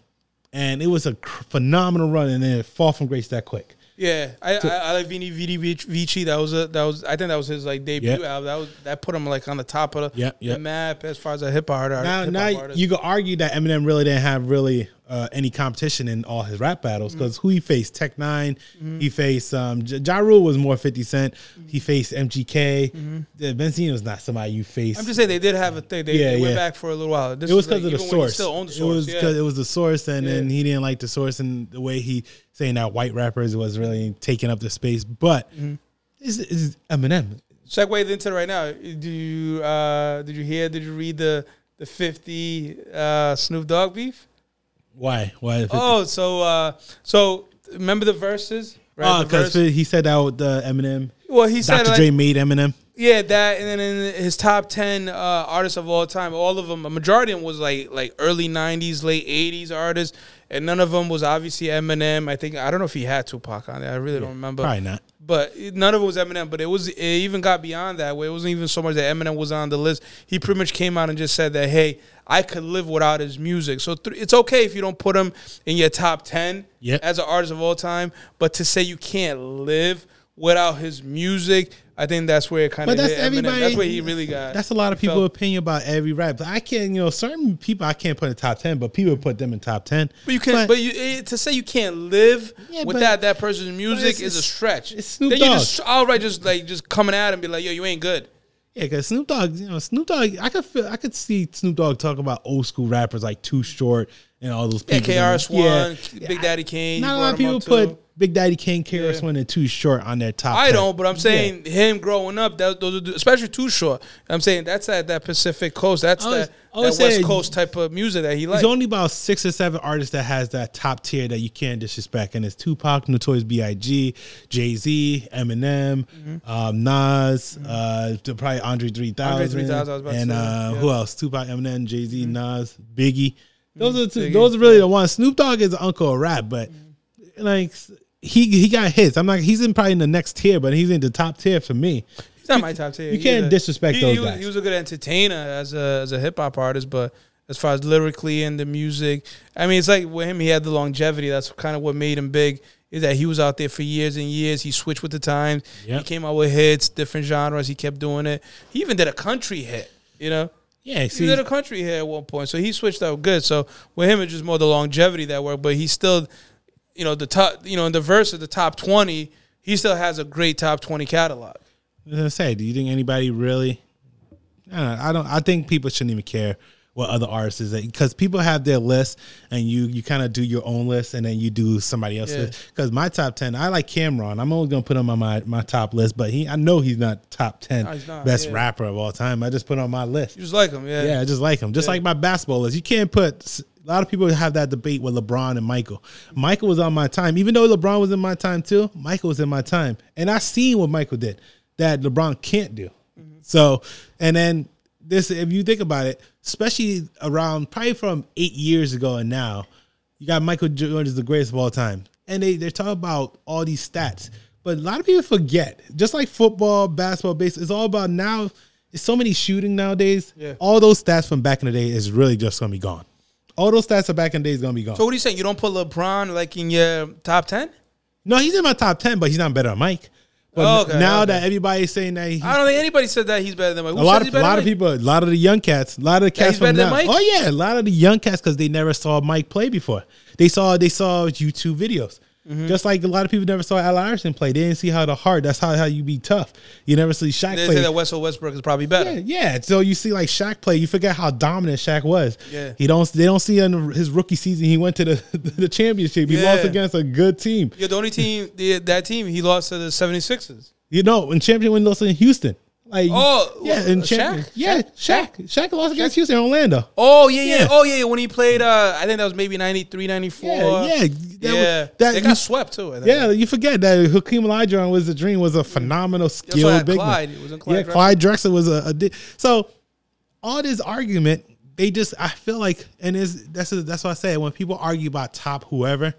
Speaker 1: and it was a cr- phenomenal run, and then it fall from grace that quick.
Speaker 2: Yeah, I, I, I like Vini Vidi Vici- Vici. That was a that was I think that was his like debut
Speaker 1: Yeah.
Speaker 2: album. That was that put him like on the top of the,
Speaker 1: Yeah, yeah.
Speaker 2: the map as far as a hip hop art-
Speaker 1: Now,
Speaker 2: hip-hop
Speaker 1: now
Speaker 2: artist.
Speaker 1: you could argue that Eminem really didn't have really uh, any competition in all his rap battles
Speaker 2: Mm.
Speaker 1: because who he faced, Tech 9 he faced um, J- Ja Rule was more Fifty Cent, he faced MGK. The Benzino was not somebody you face.
Speaker 2: Mm-hmm. I'm just saying they did have a thing. They,
Speaker 1: Yeah,
Speaker 2: they went
Speaker 1: yeah.
Speaker 2: back for a little while. This
Speaker 1: it was
Speaker 2: like,
Speaker 1: because of the
Speaker 2: even when he
Speaker 1: source.
Speaker 2: Still owned the
Speaker 1: It was
Speaker 2: source.
Speaker 1: because
Speaker 2: yeah.
Speaker 1: it was the source, and then
Speaker 2: Yeah.
Speaker 1: he didn't like the source and the way he saying that white rappers was really taking up the space. But
Speaker 2: Mm-hmm.
Speaker 1: it's, it's Eminem.
Speaker 2: Segue into right now. Do you uh, did you hear? Did you read the the 50 uh, Snoop Dogg beef?
Speaker 1: Why? Why? Oh,
Speaker 2: Oh, so uh, so remember the verses? The
Speaker 1: because
Speaker 2: verse-
Speaker 1: Uh, he said that with uh, Eminem.
Speaker 2: well, he said
Speaker 1: Oh, Dr.
Speaker 2: like,
Speaker 1: Dre made Eminem.
Speaker 2: Yeah, that, and then in his top ten uh, artists of all time, all of them, a majority of them was like like early '90s, late '80s artists, and none of them was obviously Eminem. I think I don't know if he had Tupac on there. I really don't remember.
Speaker 1: Probably not.
Speaker 2: But none of it was Eminem. But it was it even got beyond that. Where it wasn't even so much that Eminem was on the list. He pretty much came out and just said that, hey, I could live without his music. So th- it's okay if you don't put him in your top ten
Speaker 1: Yep.
Speaker 2: as an artist of all time. But to say you can't live without his music, I think that's where it kind
Speaker 1: But
Speaker 2: of.
Speaker 1: that's
Speaker 2: hit Eminem.
Speaker 1: everybody.
Speaker 2: That's where he really got.
Speaker 1: That's a lot of
Speaker 2: he
Speaker 1: people'
Speaker 2: felt-
Speaker 1: opinion about every rap. I can't, you know, certain people I can't put in top ten, but people put them in top ten.
Speaker 2: But you can, but, you eh, to say you can't live
Speaker 1: Yeah, but-
Speaker 2: without that person's music
Speaker 1: it's-
Speaker 2: is a
Speaker 1: it's-
Speaker 2: stretch.
Speaker 1: it's Snoop
Speaker 2: then you
Speaker 1: Dogg.
Speaker 2: just outright just like just coming out and be like, yo, you ain't good.
Speaker 1: Yeah, because Snoop Dogg, you know, Snoop Dogg, I could feel, I could see Snoop Dogg talk about old school rappers like Too Short and all those
Speaker 2: Yeah,
Speaker 1: people.
Speaker 2: KRS One,
Speaker 1: Yeah.
Speaker 2: Big Daddy Kane.
Speaker 1: Not a lot of
Speaker 2: you brought him
Speaker 1: people
Speaker 2: up
Speaker 1: put
Speaker 2: too.
Speaker 1: Big Daddy Kane, KRS One, and Too Short on their top.
Speaker 2: I
Speaker 1: 10.
Speaker 2: don't, but I'm
Speaker 1: Yeah.
Speaker 2: saying him growing up, that those are, the- especially Too Short. I'm saying that's that that Pacific Coast, that's
Speaker 1: I always-
Speaker 2: that,
Speaker 1: I always
Speaker 2: that West
Speaker 1: say-
Speaker 2: Coast type of music that he likes.
Speaker 1: There's only about six or seven artists that has that top tier that you can't disrespect, and it's Tupac, Notorious B.I.G., Jay Z, Eminem,
Speaker 2: Mm-hmm.
Speaker 1: um, Nas, uh, to probably Andre 3000,
Speaker 2: Andre 3000, I was about to
Speaker 1: and
Speaker 2: say,
Speaker 1: uh,
Speaker 2: yeah. Mm-hmm.
Speaker 1: who else? Tupac, Eminem, Jay Z, Nas, Biggie. Those are two,
Speaker 2: Biggie,
Speaker 1: those are really the ones. Snoop Dogg is the uncle of rap, but
Speaker 2: Mm-hmm.
Speaker 1: like he he got hits. I'm like he's in probably in the next tier, but he's in the top tier for me.
Speaker 2: He's not my top tier.
Speaker 1: you can't
Speaker 2: either.
Speaker 1: disrespect
Speaker 2: he,
Speaker 1: those
Speaker 2: he was,
Speaker 1: guys.
Speaker 2: He was a good entertainer as a as a hip hop artist, but as far as lyrically and the music, I mean, it's like with him, he had the longevity. That's kind of what made him big. Is that he was out there for years and years. He switched with the times. He
Speaker 1: Yep.
Speaker 2: came out with hits, different genres. He kept doing it. He even did a country hit. You know.
Speaker 1: Yeah,
Speaker 2: He
Speaker 1: see,
Speaker 2: did a country hit at one point, so he switched out good. So with him, it's just more the longevity that worked. But he still, you know, the top, you know, in the verse of the top twenty, he still has a great top twenty catalog.
Speaker 1: As I say, do you think anybody really? I don't. Know, I don't. I think people shouldn't even care what other artists is because people have their list, and you you kind of do your own list, and then you do somebody else's. Because my top ten, I like Cameron. I'm only gonna put him on my my top list, but he I know he's not top ten
Speaker 2: No, he's not,
Speaker 1: best
Speaker 2: yeah.
Speaker 1: rapper of all time. I just put him on my list.
Speaker 2: You just like him, yeah.
Speaker 1: Yeah, I just like him, just like my basketball list. You can't put S- a lot of people have that debate with LeBron and Michael. Michael was on my time, even though LeBron was in my time too. Michael was in my time, and I seen what Michael did that LeBron can't do.
Speaker 2: Mm-hmm.
Speaker 1: So, and then this, if you think about it, especially around probably from eight years ago and now, you got Michael Jordan is the greatest of all time, and they they're talking about all these stats, but a lot of people forget. Just like football, basketball, baseball, it's all about now. It's so many shooting nowadays.
Speaker 2: Yeah.
Speaker 1: All those stats from back in the day is really just gonna be gone. All those stats from back in the day is gonna be gone.
Speaker 2: So what are you saying? You don't put LeBron like in your top ten?
Speaker 1: no, he's in my top ten, but he's not better than Mike. But
Speaker 2: Oh, Okay,
Speaker 1: now
Speaker 2: okay.
Speaker 1: that everybody's saying that he,
Speaker 2: I don't think anybody said that he's better than Mike. Who
Speaker 1: a lot
Speaker 2: said
Speaker 1: of
Speaker 2: he's
Speaker 1: a
Speaker 2: better
Speaker 1: lot
Speaker 2: than
Speaker 1: of
Speaker 2: Mike?
Speaker 1: people, a lot of the young cats, a lot of the
Speaker 2: Yeah,
Speaker 1: cats
Speaker 2: he's
Speaker 1: from
Speaker 2: better than
Speaker 1: now.
Speaker 2: Mike?
Speaker 1: Oh yeah, a lot of the young cats because they never saw Mike play before. They saw they saw YouTube videos.
Speaker 2: Mm-hmm.
Speaker 1: Just like a lot of people never saw Al Iverson play. They didn't see how the heart. That's how, how you be tough. You never see Shaq
Speaker 2: They
Speaker 1: play.
Speaker 2: say that Wessel Westbrook is probably better.
Speaker 1: Yeah, yeah. So you see, like Shaq play, you forget how dominant Shaq was.
Speaker 2: Yeah.
Speaker 1: he don't. They don't see in his rookie season. He went to the the championship. He
Speaker 2: Yeah.
Speaker 1: lost against a good team.
Speaker 2: Yeah, the only team the, that team he lost to the 76ers.
Speaker 1: You know, in champion when he lost in Houston. Like
Speaker 2: Oh,
Speaker 1: yeah, in
Speaker 2: Shaq?
Speaker 1: champion. Yeah, Shaq. Shaq lost against Houston in Orlando.
Speaker 2: Oh yeah, yeah,
Speaker 1: Yeah.
Speaker 2: Oh yeah, yeah, when he played, uh, I think that was maybe 93, 94.
Speaker 1: Yeah, yeah. That was-
Speaker 2: yeah.
Speaker 1: that
Speaker 2: they
Speaker 1: you-
Speaker 2: got swept too. I think.
Speaker 1: Yeah, you forget that Hakeem Olajuwon was a dream was a phenomenal
Speaker 2: why I
Speaker 1: skilled
Speaker 2: had
Speaker 1: big
Speaker 2: Clyde.
Speaker 1: man.
Speaker 2: It was in Clyde
Speaker 1: yeah, Clyde Drexler was a, a di- so all this argument. They just I feel like and is that's that's why I say when people argue about top whoever,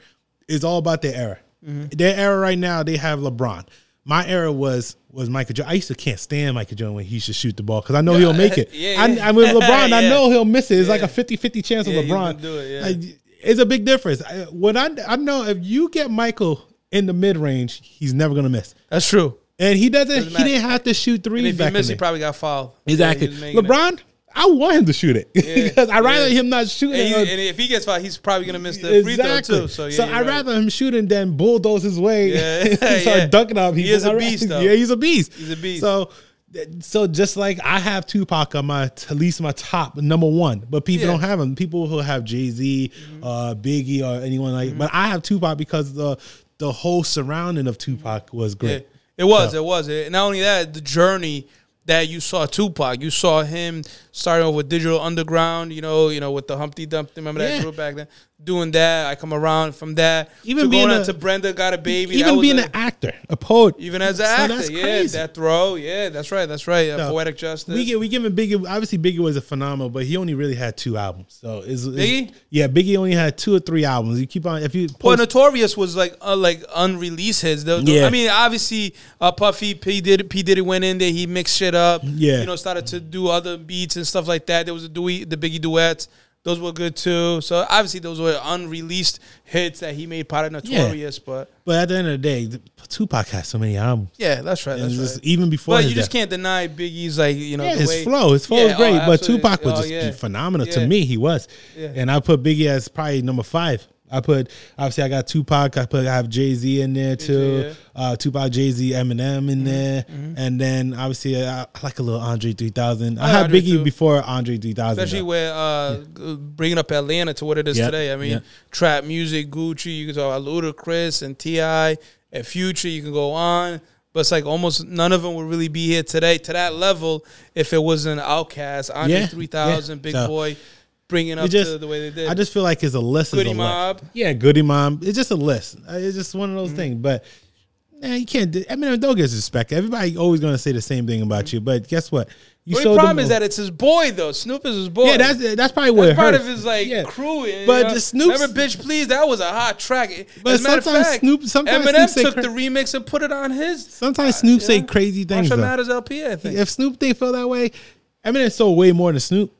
Speaker 1: it's all about their era.
Speaker 2: Mm-hmm.
Speaker 1: Their era right now they have LeBron. My era was was Michael Jordan. I used to can't stand Michael Jordan when he should shoot the ball because I know he'll make it.
Speaker 2: Yeah,
Speaker 1: I,
Speaker 2: yeah.
Speaker 1: I'm with LeBron. I
Speaker 2: Yeah.
Speaker 1: know he'll miss it. It's like a 50-50 chance
Speaker 2: Yeah,
Speaker 1: of
Speaker 2: he's
Speaker 1: LeBron.
Speaker 2: gonna do it, yeah.
Speaker 1: Like, it's a big difference. I, when I I know if you get Michael in the mid range, he's never gonna miss.
Speaker 2: that's true.
Speaker 1: And he doesn't.
Speaker 2: Doesn't
Speaker 1: he
Speaker 2: matter.
Speaker 1: didn't have to shoot
Speaker 2: And
Speaker 1: threes
Speaker 2: if he
Speaker 1: back
Speaker 2: missed, he
Speaker 1: in the day.
Speaker 2: probably got fouled.
Speaker 1: Exactly.
Speaker 2: Yeah, he was making it.
Speaker 1: LeBron, I want him to shoot it because I rather
Speaker 2: yeah.
Speaker 1: him not shooting.
Speaker 2: And, he,
Speaker 1: or-
Speaker 2: and if he gets fouled, he's probably gonna miss the free throw too. So, yeah,
Speaker 1: uh, so
Speaker 2: you're
Speaker 1: I
Speaker 2: right.
Speaker 1: rather him shooting than bulldoze his way.
Speaker 2: Yeah,
Speaker 1: and start
Speaker 2: yeah.
Speaker 1: dunking up.
Speaker 2: He
Speaker 1: people.
Speaker 2: is a
Speaker 1: I ra-
Speaker 2: beast, though.
Speaker 1: Yeah, he's a beast.
Speaker 2: He's a beast.
Speaker 1: So, th- so just like I have Tupac on my at least my top number one, but people
Speaker 2: Yeah. Mm-hmm.
Speaker 1: don't have him. People who have Jay Z, uh, Biggie, or anyone like. But I have Tupac because the the whole surrounding of Tupac was
Speaker 2: Yeah,
Speaker 1: great.
Speaker 2: it was, it was. It, not only that, the journey that you saw Tupac, you saw him starting off with Digital Underground, you know, you know, with the Humpty Dumpty. Remember that
Speaker 1: Yeah.
Speaker 2: group back then? Doing that, I come around from that.
Speaker 1: Even
Speaker 2: to
Speaker 1: being
Speaker 2: going
Speaker 1: a-
Speaker 2: out to Brenda, got a baby. that
Speaker 1: Even
Speaker 2: was
Speaker 1: being
Speaker 2: a-
Speaker 1: an actor, a poet,
Speaker 2: even as an
Speaker 1: So
Speaker 2: actor,
Speaker 1: that's
Speaker 2: yeah,
Speaker 1: crazy.
Speaker 2: that throw, yeah, that's right, that's right. Uh,
Speaker 1: No.
Speaker 2: poetic justice.
Speaker 1: We get we giving Biggie. Obviously, Biggie was a phenomenal, but he only really had two albums. So is
Speaker 2: Biggie?
Speaker 1: yeah, Biggie only had two or three albums. You keep on if you
Speaker 2: well,
Speaker 1: post,
Speaker 2: Notorious was like uh, like unreleased hits. Though,
Speaker 1: Yeah.
Speaker 2: I mean, obviously, uh, Puffy P did P Diddy went in there. He mixed shit up.
Speaker 1: Yeah.
Speaker 2: you know, started to do other beats and stuff like that. There was a duet, the Biggie duets. Those were good too. So obviously, those were unreleased hits that he made part of Notorious. But
Speaker 1: but at the end of the day, the- Tupac had so many albums.
Speaker 2: yeah, that's right.
Speaker 1: And
Speaker 2: That's
Speaker 1: just
Speaker 2: right.
Speaker 1: even before
Speaker 2: But
Speaker 1: his
Speaker 2: you just
Speaker 1: death.
Speaker 2: can't deny Biggie's like you know
Speaker 1: Yeah,
Speaker 2: the
Speaker 1: his
Speaker 2: way-
Speaker 1: flow, his flow
Speaker 2: Yeah,
Speaker 1: is
Speaker 2: oh,
Speaker 1: great, but
Speaker 2: absolutely.
Speaker 1: Tupac was
Speaker 2: Oh,
Speaker 1: just
Speaker 2: yeah.
Speaker 1: phenomenal
Speaker 2: Yeah.
Speaker 1: to me. He was,
Speaker 2: Yeah.
Speaker 1: and I put Biggie as probably number five. I put obviously I got Tupac. I put I have Jay Z in there too.
Speaker 2: yeah. Mm-hmm.
Speaker 1: Uh, Tupac, Jay Z, Eminem in there, and then obviously I, I like a little Andre 3000. I,
Speaker 2: like
Speaker 1: had
Speaker 2: Andre
Speaker 1: Biggie
Speaker 2: too.
Speaker 1: before Andre 3000.
Speaker 2: especially
Speaker 1: though.
Speaker 2: where uh, g- bringing up Atlanta to what it is
Speaker 1: Yeah,
Speaker 2: today. I mean,
Speaker 1: yeah.
Speaker 2: trap music, Gucci. You can talk about Ludacris and Ti and Future. You can go on, but it's like almost none of them would really be here today to that level if it wasn't Outkast, Andre
Speaker 1: Yeah,
Speaker 2: Three Thousand,
Speaker 1: yeah.
Speaker 2: Big
Speaker 1: So,
Speaker 2: Boy, bringing up
Speaker 1: It just,
Speaker 2: to the way they did.
Speaker 1: I just feel like it's a list.
Speaker 2: Goody
Speaker 1: is a
Speaker 2: Mob. Mm-hmm.
Speaker 1: List. Yeah, Goody Mob. It's just a list. Uh, It's just one of those things. But man, you can't. do- I mean, don't get disrespected. Everybody always going to say the same thing about you. But guess what? You
Speaker 2: the
Speaker 1: sold
Speaker 2: Mm-hmm. only problem
Speaker 1: them-
Speaker 2: is that it's his boy though. Snoop is his boy.
Speaker 1: yeah, that's that's probably where
Speaker 2: That's
Speaker 1: it
Speaker 2: part
Speaker 1: hurts.
Speaker 2: of his like
Speaker 1: Yeah.
Speaker 2: crew. and,
Speaker 1: But
Speaker 2: you know,
Speaker 1: the Snoop's-
Speaker 2: remember, bitch, please, that was a hot track.
Speaker 1: But
Speaker 2: As a matter of
Speaker 1: sometimes
Speaker 2: fact,
Speaker 1: Snoop- sometimes
Speaker 2: Eminem
Speaker 1: Snoop say
Speaker 2: took
Speaker 1: cra-
Speaker 2: the remix and put it on his.
Speaker 1: Sometimes Snoop say
Speaker 2: Yeah.
Speaker 1: crazy things.
Speaker 2: Marshall
Speaker 1: though.
Speaker 2: Matters LP, I think.
Speaker 1: If Snoop they feel that way, Eminem sold way more than Snoop.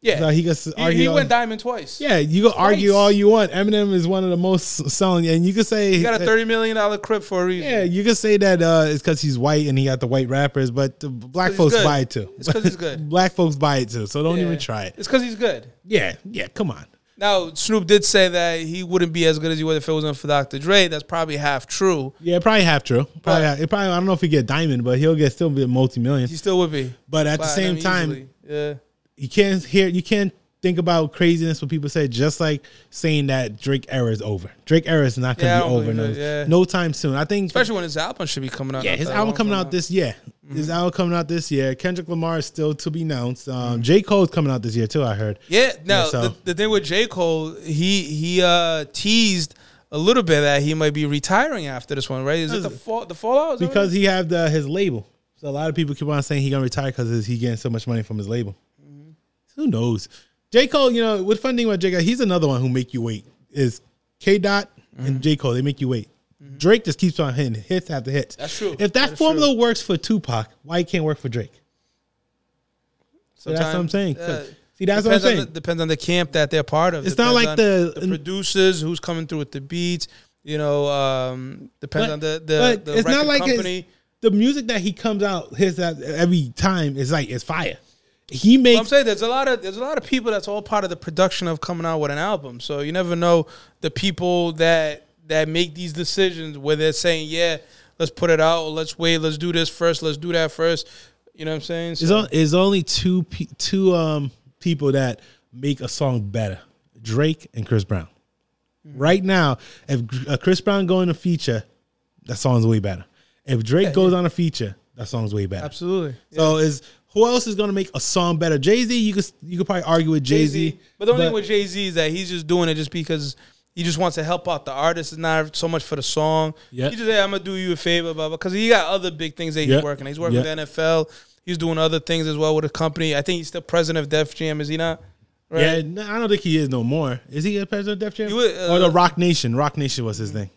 Speaker 2: yeah,
Speaker 1: So he gets
Speaker 2: he,
Speaker 1: argue
Speaker 2: he
Speaker 1: on-
Speaker 2: went diamond twice.
Speaker 1: Yeah, you can argue all you want. Eminem is one of the most selling, and you could say
Speaker 2: he got a thirty million dollar crib for a reason.
Speaker 1: Yeah, you could say that uh, it's because he's white and he got the white rappers, but the black
Speaker 2: he's
Speaker 1: folks
Speaker 2: good.
Speaker 1: buy it too.
Speaker 2: It's 'cause he's good.
Speaker 1: black folks buy it too, so don't
Speaker 2: Yeah.
Speaker 1: even try it.
Speaker 2: It's because he's good.
Speaker 1: Yeah, yeah, come on.
Speaker 2: Now Snoop did say that he wouldn't be as good as he was if it wasn't for Dr. Dre. That's probably half true.
Speaker 1: Yeah, probably half true. Probably,
Speaker 2: But-
Speaker 1: half- it probably. I don't know if he get diamond, but he'll get still be a multi million.
Speaker 2: He still would be.
Speaker 1: But at the
Speaker 2: By
Speaker 1: same
Speaker 2: them
Speaker 1: time,
Speaker 2: easily. yeah,
Speaker 1: you can't hear you can't think about craziness what people say just like saying that drake era is over drake era is not going
Speaker 2: Yeah, I
Speaker 1: to
Speaker 2: don't
Speaker 1: be over
Speaker 2: believe
Speaker 1: no,
Speaker 2: it, yeah.
Speaker 1: no time soon i think
Speaker 2: especially when his album should be coming out. Mm-hmm.
Speaker 1: yeah
Speaker 2: not
Speaker 1: his
Speaker 2: that
Speaker 1: album
Speaker 2: long
Speaker 1: coming
Speaker 2: from
Speaker 1: out
Speaker 2: now.
Speaker 1: this year is out coming out this year. Kendrick Lamar is still to be announced. Um, J. Cole's coming out this year too. I heard.
Speaker 2: Mm-hmm. Yeah, no.
Speaker 1: Yeah, so-
Speaker 2: the, the thing with J. Cole, he he uh, teased a little bit that he might be retiring after this one, right? Is it the fall, the fallout? Is that
Speaker 1: because
Speaker 2: right?
Speaker 1: he have the his label. So a lot of people keep on saying he gonna retire because he getting so much money from his label.
Speaker 2: Mm-hmm.
Speaker 1: Who knows? J Cole, you know, with funding about J Cole, he's another one who make you wait. Is K Dot
Speaker 2: Mm-hmm.
Speaker 1: and J Cole they make you wait? Drake just keeps on hitting hits after hits.
Speaker 2: That's true.
Speaker 1: If that
Speaker 2: That is
Speaker 1: formula works for Tupac, why it can't work for Drake? So that's what I'm
Speaker 2: Sometimes,
Speaker 1: saying.
Speaker 2: uh,
Speaker 1: See, that's what I'm
Speaker 2: depends on
Speaker 1: saying.
Speaker 2: the- depends on the camp that they're part of.
Speaker 1: It's not like
Speaker 2: Depends on
Speaker 1: the-
Speaker 2: producers who's coming through with the beats. You know, um, depends on the the,
Speaker 1: but
Speaker 2: the
Speaker 1: it's not
Speaker 2: record
Speaker 1: like
Speaker 2: company.
Speaker 1: it's, the music that he comes out his that every time is like it's fire. He makes
Speaker 2: I'm saying there's a lot of there's a lot of people that's all part of the production of coming out with an album. So you never know the people that that make these decisions where they're saying, yeah, let's put it out, let's wait, let's do this first, let's do that first. You know what I'm saying?
Speaker 1: It's,
Speaker 2: So-
Speaker 1: on, it's only two pe- two um people that make a song better: Drake and Chris Brown.
Speaker 2: Mm-hmm.
Speaker 1: Right now, if Gr- uh, Chris Brown go on a feature, that song's way better. If Drake goes on a feature, that song's way better.
Speaker 2: absolutely.
Speaker 1: So is who else is gonna make a song better? Jay Z, you could s- you could probably argue with Jay Z,
Speaker 2: But the only thing with Jay Z is that he's just doing it just because he just wants to help out the artist. It's not so much for the song.
Speaker 1: Yeah.
Speaker 2: He just hey, I'm gonna do you a favor, blah blah. Because he got other big things that he's
Speaker 1: Yeah.
Speaker 2: working. on. He's working
Speaker 1: Yeah.
Speaker 2: with the NFL. He's doing other things as well with the company. I think he's still president of Def Jam. Is he not? Right.
Speaker 1: yeah, no, I don't think he is no more. Is he a president of Def Jam
Speaker 2: You would, uh, Mm-hmm.
Speaker 1: or the Rock Nation? Rock Nation was his thing.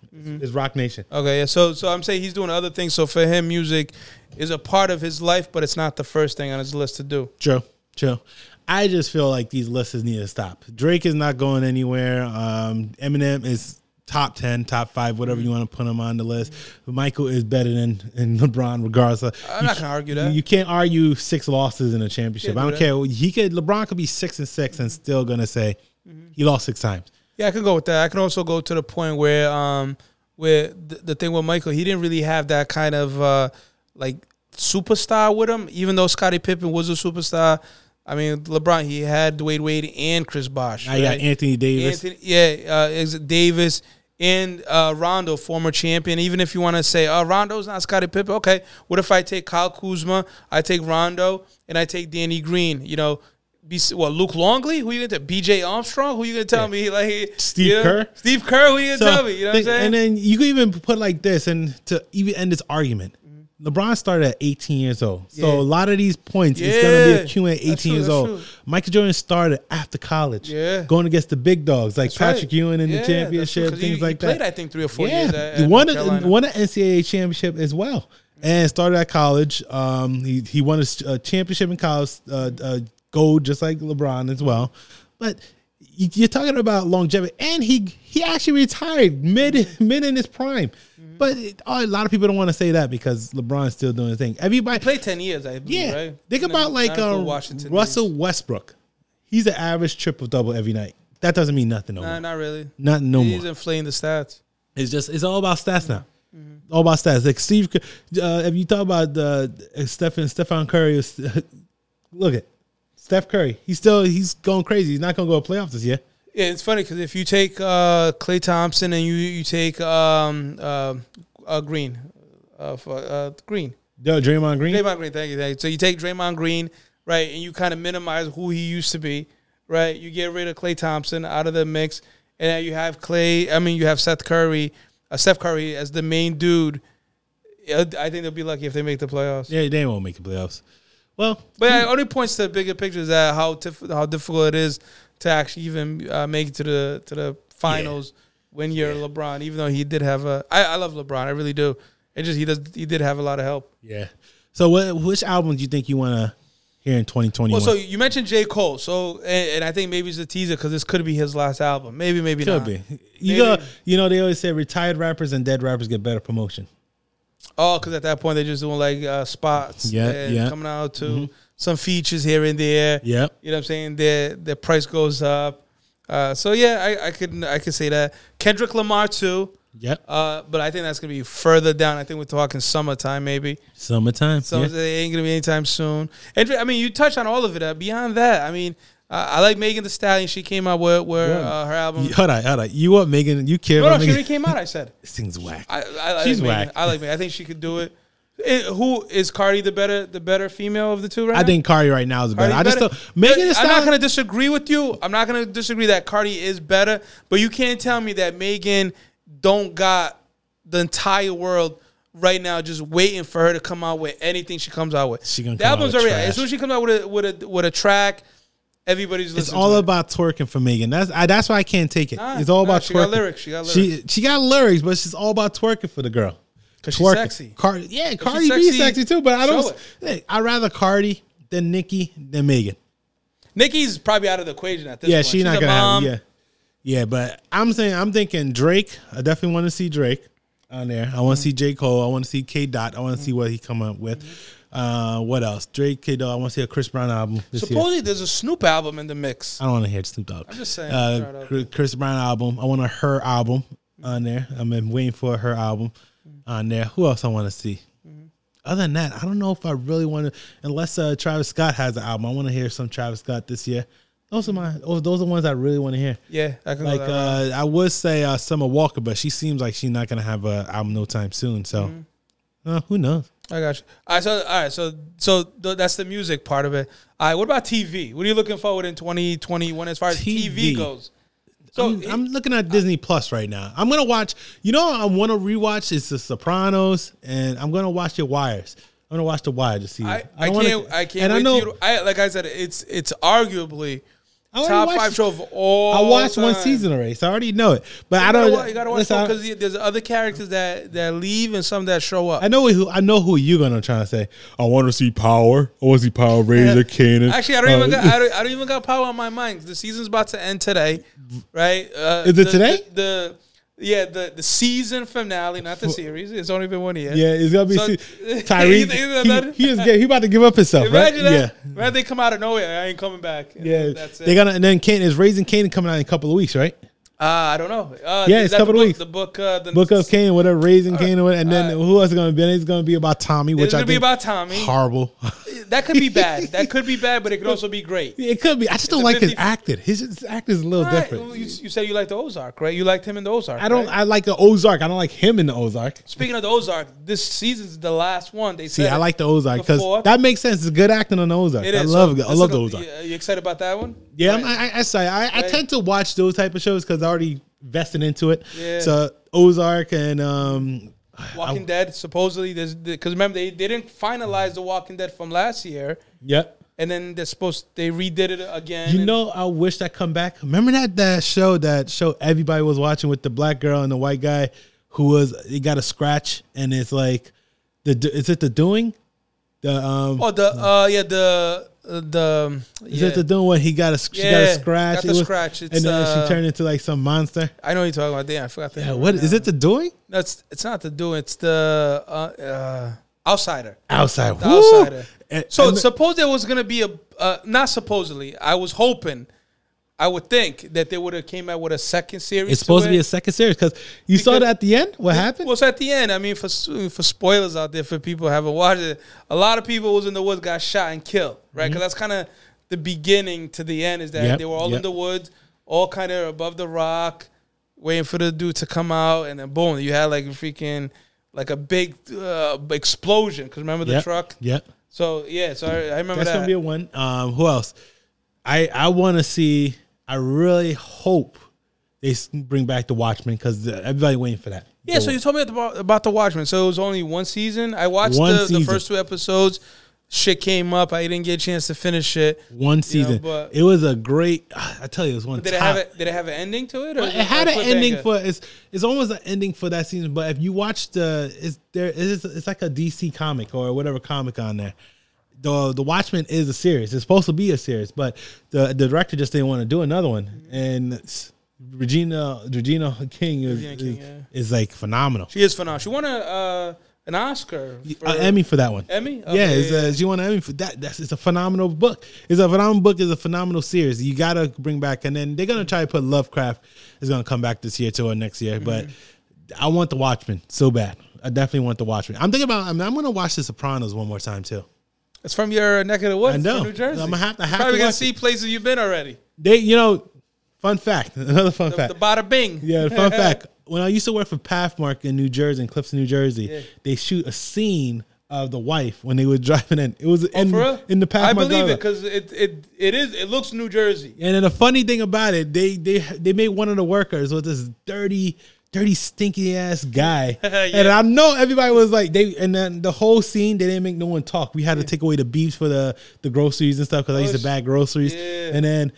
Speaker 1: It's Rock Nation.
Speaker 2: Okay. Yeah. So so I'm saying he's doing other things. So for him, music is a part of his life, but it's not the first thing on his list to do.
Speaker 1: True, true. I just feel like these lists need to stop. Drake is not going anywhere. Um, Eminem is top ten, top five, whatever you want to put him on the list. Michael is better than, than LeBron, regardless. Of,
Speaker 2: I'm not gonna argue that.
Speaker 1: You can't argue six losses in a championship.
Speaker 2: Can't
Speaker 1: I
Speaker 2: do
Speaker 1: don't
Speaker 2: that.
Speaker 1: care. He could LeBron could be six and six and still gonna say
Speaker 2: Mm-hmm.
Speaker 1: he lost six times.
Speaker 2: Yeah, I could go with that. I could also go to the point where um where the, the thing with Michael, he didn't really have that kind of uh like superstar with him, even though Scottie Pippen was a superstar. I mean, LeBron, he had Dwayne Wade and Chris Bosh.
Speaker 1: Now you got Anthony Davis.
Speaker 2: Anthony, yeah, uh, is it Davis and uh, Rondo, former champion. Even if you want to say, uh, Rondo's not Scottie Pippen. Okay, what if I take Kyle Kuzma, I take Rondo, and I take Danny Green? You know, be, well, Luke Longley. Who you gonna tell? B.J. Armstrong. Who you gonna tell me? Like
Speaker 1: Steve
Speaker 2: you know?
Speaker 1: Kerr?
Speaker 2: Steve Kerr. Who you gonna
Speaker 1: So,
Speaker 2: tell me? You know what I'm
Speaker 1: think-
Speaker 2: saying?
Speaker 1: And then you could even put like this, and to even end this argument, LeBron started at 18 years old. So
Speaker 2: Mm-hmm.
Speaker 1: a
Speaker 2: Yeah.
Speaker 1: lot of these points is going to
Speaker 2: Yeah.
Speaker 1: be accumulated at
Speaker 2: That's
Speaker 1: 18
Speaker 2: true,
Speaker 1: years
Speaker 2: that's
Speaker 1: old.
Speaker 2: true.
Speaker 1: Michael Jordan started after college,
Speaker 2: Yeah.
Speaker 1: going against the big dogs like
Speaker 2: That's right.
Speaker 1: Patrick Ewing in
Speaker 2: Yeah,
Speaker 1: the
Speaker 2: that's true,
Speaker 1: championship,
Speaker 2: 'cause
Speaker 1: things
Speaker 2: he- he
Speaker 1: like
Speaker 2: played,
Speaker 1: that.
Speaker 2: I think three or four years. At,
Speaker 1: Yeah,
Speaker 2: at
Speaker 1: he won,
Speaker 2: North
Speaker 1: a,
Speaker 2: Carolina.
Speaker 1: won an NCAA championship as well, and started at college. Um, he he won a, s- a championship in college, uh, uh, gold just like LeBron as well. But you- you're talking about longevity, and he he actually retired mid mid in his prime.
Speaker 2: Mm-hmm.
Speaker 1: But it, oh, a lot of people don't want to say that because LeBron's still doing his thing. Everybody,
Speaker 2: Played ten years, I believe.
Speaker 1: yeah,
Speaker 2: right?
Speaker 1: think
Speaker 2: And
Speaker 1: about
Speaker 2: then
Speaker 1: like
Speaker 2: Donovan
Speaker 1: uh,
Speaker 2: Washington
Speaker 1: Russell
Speaker 2: Davis.
Speaker 1: Westbrook. He's an average triple double every night. That doesn't mean nothing no
Speaker 2: Nah,
Speaker 1: more.
Speaker 2: not really.
Speaker 1: Not no more.
Speaker 2: He's inflating the stats.
Speaker 1: It's just it's all about stats now. All about stats. Like Steve, uh, if you talk about the uh, Stephen Stephon Curry, is- look at Steph Curry. He's still he's going crazy. He's not going to go to playoffs this year.
Speaker 2: Yeah, it's funny because if you take uh, Clay Thompson and you you take um, uh, uh, Green, uh, for, uh, Green,
Speaker 1: Yo, Draymond Green.
Speaker 2: Draymond Green, thank you, thank you. So you take Draymond Green, right, and you kind of minimize who he used to be, right. You get rid of Clay Thompson out of the mix, and now you have Clay. I mean, you have Seth Curry, uh, Steph Curry as the main dude. Yeah, I think they'll be lucky if they make the playoffs.
Speaker 1: Yeah, they won't make the playoffs. Well,
Speaker 2: But yeah, it only points to the bigger picture is that how tif- how difficult it is to actually even uh, make it to the to the finals when you're LeBron. Even though he did have a, I, I love LeBron, I really do. It just he does he did have a lot of help.
Speaker 1: yeah. So what? Which album do you think you want to hear in twenty twenty
Speaker 2: Well,
Speaker 1: one?
Speaker 2: so you mentioned J Cole, so and, and I think maybe it's a teaser because this could be his last album. Maybe maybe
Speaker 1: Could
Speaker 2: not.
Speaker 1: be. You
Speaker 2: Maybe.
Speaker 1: go. You know they always say retired rappers and dead rappers get better promotion.
Speaker 2: Oh, because at that point they're just doing like uh, spots.
Speaker 1: Yeah,
Speaker 2: and
Speaker 1: yeah. Mm-hmm.
Speaker 2: Coming out to some features here and there.
Speaker 1: Yep.
Speaker 2: You know what I'm saying? Their their price goes up. Uh, so yeah, I, I could I could say that Kendrick Lamar too.
Speaker 1: Yep.
Speaker 2: Uh, but I think that's gonna be further down. I think we're talking summertime, maybe.
Speaker 1: Summertime.
Speaker 2: So
Speaker 1: yeah.
Speaker 2: it ain't gonna be anytime soon. And I mean, you touched on all of it. Uh, beyond that, I mean, uh, I like Megan The Stallion. She came out with, with
Speaker 1: Yeah.
Speaker 2: uh, her album.
Speaker 1: Hold on, hold on. You what, Megan? You care
Speaker 2: No,
Speaker 1: about
Speaker 2: no, she
Speaker 1: Megan?
Speaker 2: already came out. I said.
Speaker 1: This thing's whack.
Speaker 2: I, I, I
Speaker 1: She's
Speaker 2: like Megan.
Speaker 1: whack.
Speaker 2: I like Megan. I think she could do it. eh, who is Cardi the better the better female of the two? Right
Speaker 1: I
Speaker 2: now?
Speaker 1: think Cardi right now is better.
Speaker 2: Cardi
Speaker 1: I just
Speaker 2: better.
Speaker 1: don't, Megan
Speaker 2: Look,
Speaker 1: is
Speaker 2: I'm not going to
Speaker 1: not.
Speaker 2: disagree with you. I'm not going to disagree that Cardi is better, but you can't tell me that Megan don't got the entire world right now just waiting for her to come out with anything she comes out with.
Speaker 1: She gonna
Speaker 2: the
Speaker 1: come out
Speaker 2: album's
Speaker 1: with
Speaker 2: already
Speaker 1: trash.
Speaker 2: As soon as she comes out with a with a with a track, everybody's listening.
Speaker 1: It's all
Speaker 2: to it.
Speaker 1: about twerking for Megan. That's I, that's why I can't take it.
Speaker 2: Nah,
Speaker 1: it's all
Speaker 2: nah,
Speaker 1: about
Speaker 2: she
Speaker 1: twerking.
Speaker 2: got lyrics, she got
Speaker 1: She she got lyrics, but she's all about twerking for the girl.
Speaker 2: 'Cause she's
Speaker 1: Twerking.
Speaker 2: sexy.
Speaker 1: Car- yeah, Cardi
Speaker 2: she's
Speaker 1: B is
Speaker 2: sexy,
Speaker 1: sexy too, but I
Speaker 2: show
Speaker 1: don't.
Speaker 2: it.
Speaker 1: Hey, I'd rather Cardi than Nicki than Megan.
Speaker 2: Nicki's probably out of the equation at this
Speaker 1: Yeah,
Speaker 2: point.
Speaker 1: she's not
Speaker 2: a
Speaker 1: gonna
Speaker 2: mom.
Speaker 1: have. Yeah, yeah, but I'm saying I'm thinking Drake. I definitely want to see Drake on there. I want to see J Cole. I want to see K Dot. I want to see what he come up with. Uh, what else? Drake, K Dot. I want to see a Chris Brown album. This year.
Speaker 2: Supposedly there's a Snoop album in the mix.
Speaker 1: I don't want to hear Snoop Dogg. I'm
Speaker 2: just saying, throw it
Speaker 1: Uh,
Speaker 2: out
Speaker 1: Chris- Chris Brown album. I want a her album on there. I'm been waiting for her album
Speaker 2: Mm-hmm.
Speaker 1: on there. Who else I want to see? Other than that, I don't know if I really want to. Unless uh, Travis Scott has an album, I want to hear some Travis Scott this year. Those are my. oh, Those are the ones I really want to hear.
Speaker 2: Yeah, I can
Speaker 1: Like
Speaker 2: go that route.
Speaker 1: uh, I would say uh, Summer Walker, but she seems like she's not gonna have an album no time soon. So,
Speaker 2: Mm-hmm.
Speaker 1: uh, who knows?
Speaker 2: I got you. All right, so all right, so so th- that's the music part of it. All right, what about TV? What are you looking forward in 2021 as far as TV,
Speaker 1: TV.
Speaker 2: goes? So uh,
Speaker 1: I'm, I'm looking at Disney Plus right now. I'm gonna watch. You know, what I want to rewatch is The Sopranos, and I'm gonna watch The Wires. I'm gonna watch The Wire to see.
Speaker 2: I,
Speaker 1: it.
Speaker 2: I,
Speaker 1: don't wanna-
Speaker 2: can't I can't
Speaker 1: and
Speaker 2: wait
Speaker 1: I know
Speaker 2: to you. I, like I said, it's it's arguably
Speaker 1: I already
Speaker 2: top
Speaker 1: watched-
Speaker 2: five show of all.
Speaker 1: I watched one
Speaker 2: time.
Speaker 1: season already, so I already know it. But I
Speaker 2: You
Speaker 1: don't.
Speaker 2: gotta, wa- you gotta watch
Speaker 1: listen, I-
Speaker 2: because there's other characters that that leave and some that show up.
Speaker 1: I know who I know who you're gonna try to say. I want to see Power. I want to see Power Ranger Cannon.
Speaker 2: Actually, I don't even
Speaker 1: Uh,
Speaker 2: got I don't, I don't even got power on my mind. The season's about to end today, right? Uh,
Speaker 1: Is it
Speaker 2: the,
Speaker 1: today?
Speaker 2: The, the- yeah, the the season finale, not the series. It's only been one year.
Speaker 1: Yeah, it's gonna be
Speaker 2: So-
Speaker 1: see, Tyreek.
Speaker 2: Either- either
Speaker 1: he,
Speaker 2: that-
Speaker 1: he is get- he about to give up himself,
Speaker 2: Imagine
Speaker 1: right?
Speaker 2: that.
Speaker 1: Yeah.
Speaker 2: Imagine they come out of nowhere. I ain't coming back. And
Speaker 1: Yeah,
Speaker 2: that's it.
Speaker 1: they're gonna and then Kane is raising Kane coming out in a couple of weeks, right?
Speaker 2: uh, I don't know. Uh,
Speaker 1: Yeah,
Speaker 2: is
Speaker 1: it's
Speaker 2: that
Speaker 1: couple
Speaker 2: the
Speaker 1: of
Speaker 2: book-
Speaker 1: weeks.
Speaker 2: The book, uh, the
Speaker 1: Book of Kane, whatever, raising Kane, or whatever, and then
Speaker 2: All right.
Speaker 1: who else is gonna be? Then it's gonna be about Tommy, which
Speaker 2: It's
Speaker 1: I
Speaker 2: gonna
Speaker 1: think
Speaker 2: be about Tommy.
Speaker 1: horrible.
Speaker 2: That could be bad. That could be bad, but it could also be great.
Speaker 1: it could be. I just don't
Speaker 2: a
Speaker 1: like his
Speaker 2: 50
Speaker 1: acting. His, his acting is a little
Speaker 2: All right, well,
Speaker 1: different.
Speaker 2: You, you said you liked the Ozark, right? You liked him in the Ozark.
Speaker 1: I don't.
Speaker 2: right?
Speaker 1: I like the Ozark. I don't like him in the Ozark.
Speaker 2: Speaking of the Ozark, this season's the last one. They
Speaker 1: See,
Speaker 2: said
Speaker 1: I
Speaker 2: it.
Speaker 1: like the Ozark
Speaker 2: The
Speaker 1: because
Speaker 2: fourth.
Speaker 1: that makes sense. It's good acting on the Ozark.
Speaker 2: It
Speaker 1: I
Speaker 2: is.
Speaker 1: looks.
Speaker 2: So
Speaker 1: I love the
Speaker 2: that's a-
Speaker 1: Ozark.
Speaker 2: yeah, uh, You excited about that one?
Speaker 1: Yeah, I'm,
Speaker 2: Right.
Speaker 1: I, I say I, I
Speaker 2: Right.
Speaker 1: tend to watch those type of shows because I already vested into it.
Speaker 2: Yeah.
Speaker 1: So Ozark and um,
Speaker 2: Walking Dead. Supposedly, there's because remember they, they didn't finalize the Walking Dead from last year,
Speaker 1: yep.
Speaker 2: and then they're supposed they redid it again.
Speaker 1: You
Speaker 2: and-
Speaker 1: know, I wish that come back. Remember that that show that show everybody was watching with the black girl and the white guy who was he got a scratch and it's like the do- is it the doing the um
Speaker 2: Oh, the uh, yeah, the uh, the
Speaker 1: is
Speaker 2: yeah.
Speaker 1: it the doing when he got a she got
Speaker 2: Yeah,
Speaker 1: a scratch
Speaker 2: got
Speaker 1: It
Speaker 2: the
Speaker 1: was-
Speaker 2: scratch. It's,
Speaker 1: and then
Speaker 2: uh,
Speaker 1: she turned into like some monster.
Speaker 2: I know what you're talking about. Damn, I forgot the
Speaker 1: Yeah,
Speaker 2: name
Speaker 1: what
Speaker 2: right
Speaker 1: is
Speaker 2: now.
Speaker 1: it the doing?
Speaker 2: No, it's it's not the do. It's the uh, uh, outsider.
Speaker 1: Outside,
Speaker 2: The
Speaker 1: Woo!
Speaker 2: outsider.
Speaker 1: And-
Speaker 2: so
Speaker 1: and the-
Speaker 2: suppose there was gonna be a uh, not supposedly. I was hoping, I would think that they would have came out with a second series.
Speaker 1: it's supposed to be
Speaker 2: it.
Speaker 1: a second series cause you saw
Speaker 2: Because-
Speaker 1: that at the end. What happened?
Speaker 2: Well, so at the end, I mean, for for spoilers out there, for people who haven't watched it, a lot of people who was in the woods got shot and killed, right? Because that's kind of the beginning to the end is that
Speaker 1: Mm-hmm. Yep,
Speaker 2: they were all
Speaker 1: yep.
Speaker 2: in the woods, all kind of above the rock, waiting for the dude to come out, and then boom, you had like a freaking like a big uh, explosion. Because remember the
Speaker 1: Yep,
Speaker 2: truck?
Speaker 1: Yep.
Speaker 2: So yeah, so I, I remember
Speaker 1: That's
Speaker 2: that.
Speaker 1: gonna be a one. Um, who else? I I want to see. I really hope they s- bring back the Watchmen because everybody waiting for that.
Speaker 2: yeah, so you told me about, about the Watchmen. So it was only one season. I watched
Speaker 1: One
Speaker 2: the, the
Speaker 1: season.
Speaker 2: first two episodes. Shit came up. I didn't get a chance to finish it.
Speaker 1: one season.
Speaker 2: but-
Speaker 1: it was a great. I tell you, it was one.
Speaker 2: Did it
Speaker 1: top.
Speaker 2: have a, did it have an ending to it? Or
Speaker 1: Well,
Speaker 2: was
Speaker 1: it had an
Speaker 2: a
Speaker 1: ending
Speaker 2: cliffhanger?
Speaker 1: for it's it's almost an ending for that season. But if you watch the it's there it is it's like a DC comic or whatever comic on there. The the Watchmen is a series. It's supposed to be a series, but the the director just didn't want to do another one.
Speaker 2: Mm-hmm.
Speaker 1: And it's- Regina Regina King is
Speaker 2: Regina King,
Speaker 1: is,
Speaker 2: yeah.
Speaker 1: is like phenomenal.
Speaker 2: She is phenomenal. She won a uh, an Oscar, for,
Speaker 1: Uh, Emmy for that one.
Speaker 2: Emmy?
Speaker 1: yeah,
Speaker 2: Okay,
Speaker 1: it's uh,
Speaker 2: yeah,
Speaker 1: a, she won an Emmy for that. That's it's a phenomenal book. It's a phenomenal book. It's a phenomenal series. You gotta bring back, and then they're gonna try to put Lovecraft is gonna come back this year too or next year. But
Speaker 2: Mm-hmm.
Speaker 1: I want the Watchmen so bad. I definitely want the Watchmen. I'm thinking about. I mean, I'm gonna watch The Sopranos one more time too.
Speaker 2: It's from your neck of the woods,
Speaker 1: I know.
Speaker 2: from New Jersey.
Speaker 1: I'm gonna have to-
Speaker 2: You're
Speaker 1: have
Speaker 2: probably
Speaker 1: to
Speaker 2: gonna
Speaker 1: watch
Speaker 2: see places you've been already.
Speaker 1: They, you know, fun fact. Another fun
Speaker 2: The,
Speaker 1: fact.
Speaker 2: the Bada Bing.
Speaker 1: Yeah, fun fact. When I used to work for Pathmark in New Jersey, in Clifton, New Jersey, they shoot a scene of the wife when they were driving in. It was in,
Speaker 2: Oh, For real?
Speaker 1: in the past.
Speaker 2: I
Speaker 1: my
Speaker 2: believe
Speaker 1: driver.
Speaker 2: it because it, it it is it looks New Jersey.
Speaker 1: And then the funny thing about it, they they they made one of the workers with this dirty, dirty, stinky ass guy. And I know everybody was like they. And then the whole scene, they didn't make no one talk. We had to take away the beefs for the the groceries and stuff because I used to bag groceries.
Speaker 2: Oh, yeah. Mm-hmm.
Speaker 1: And then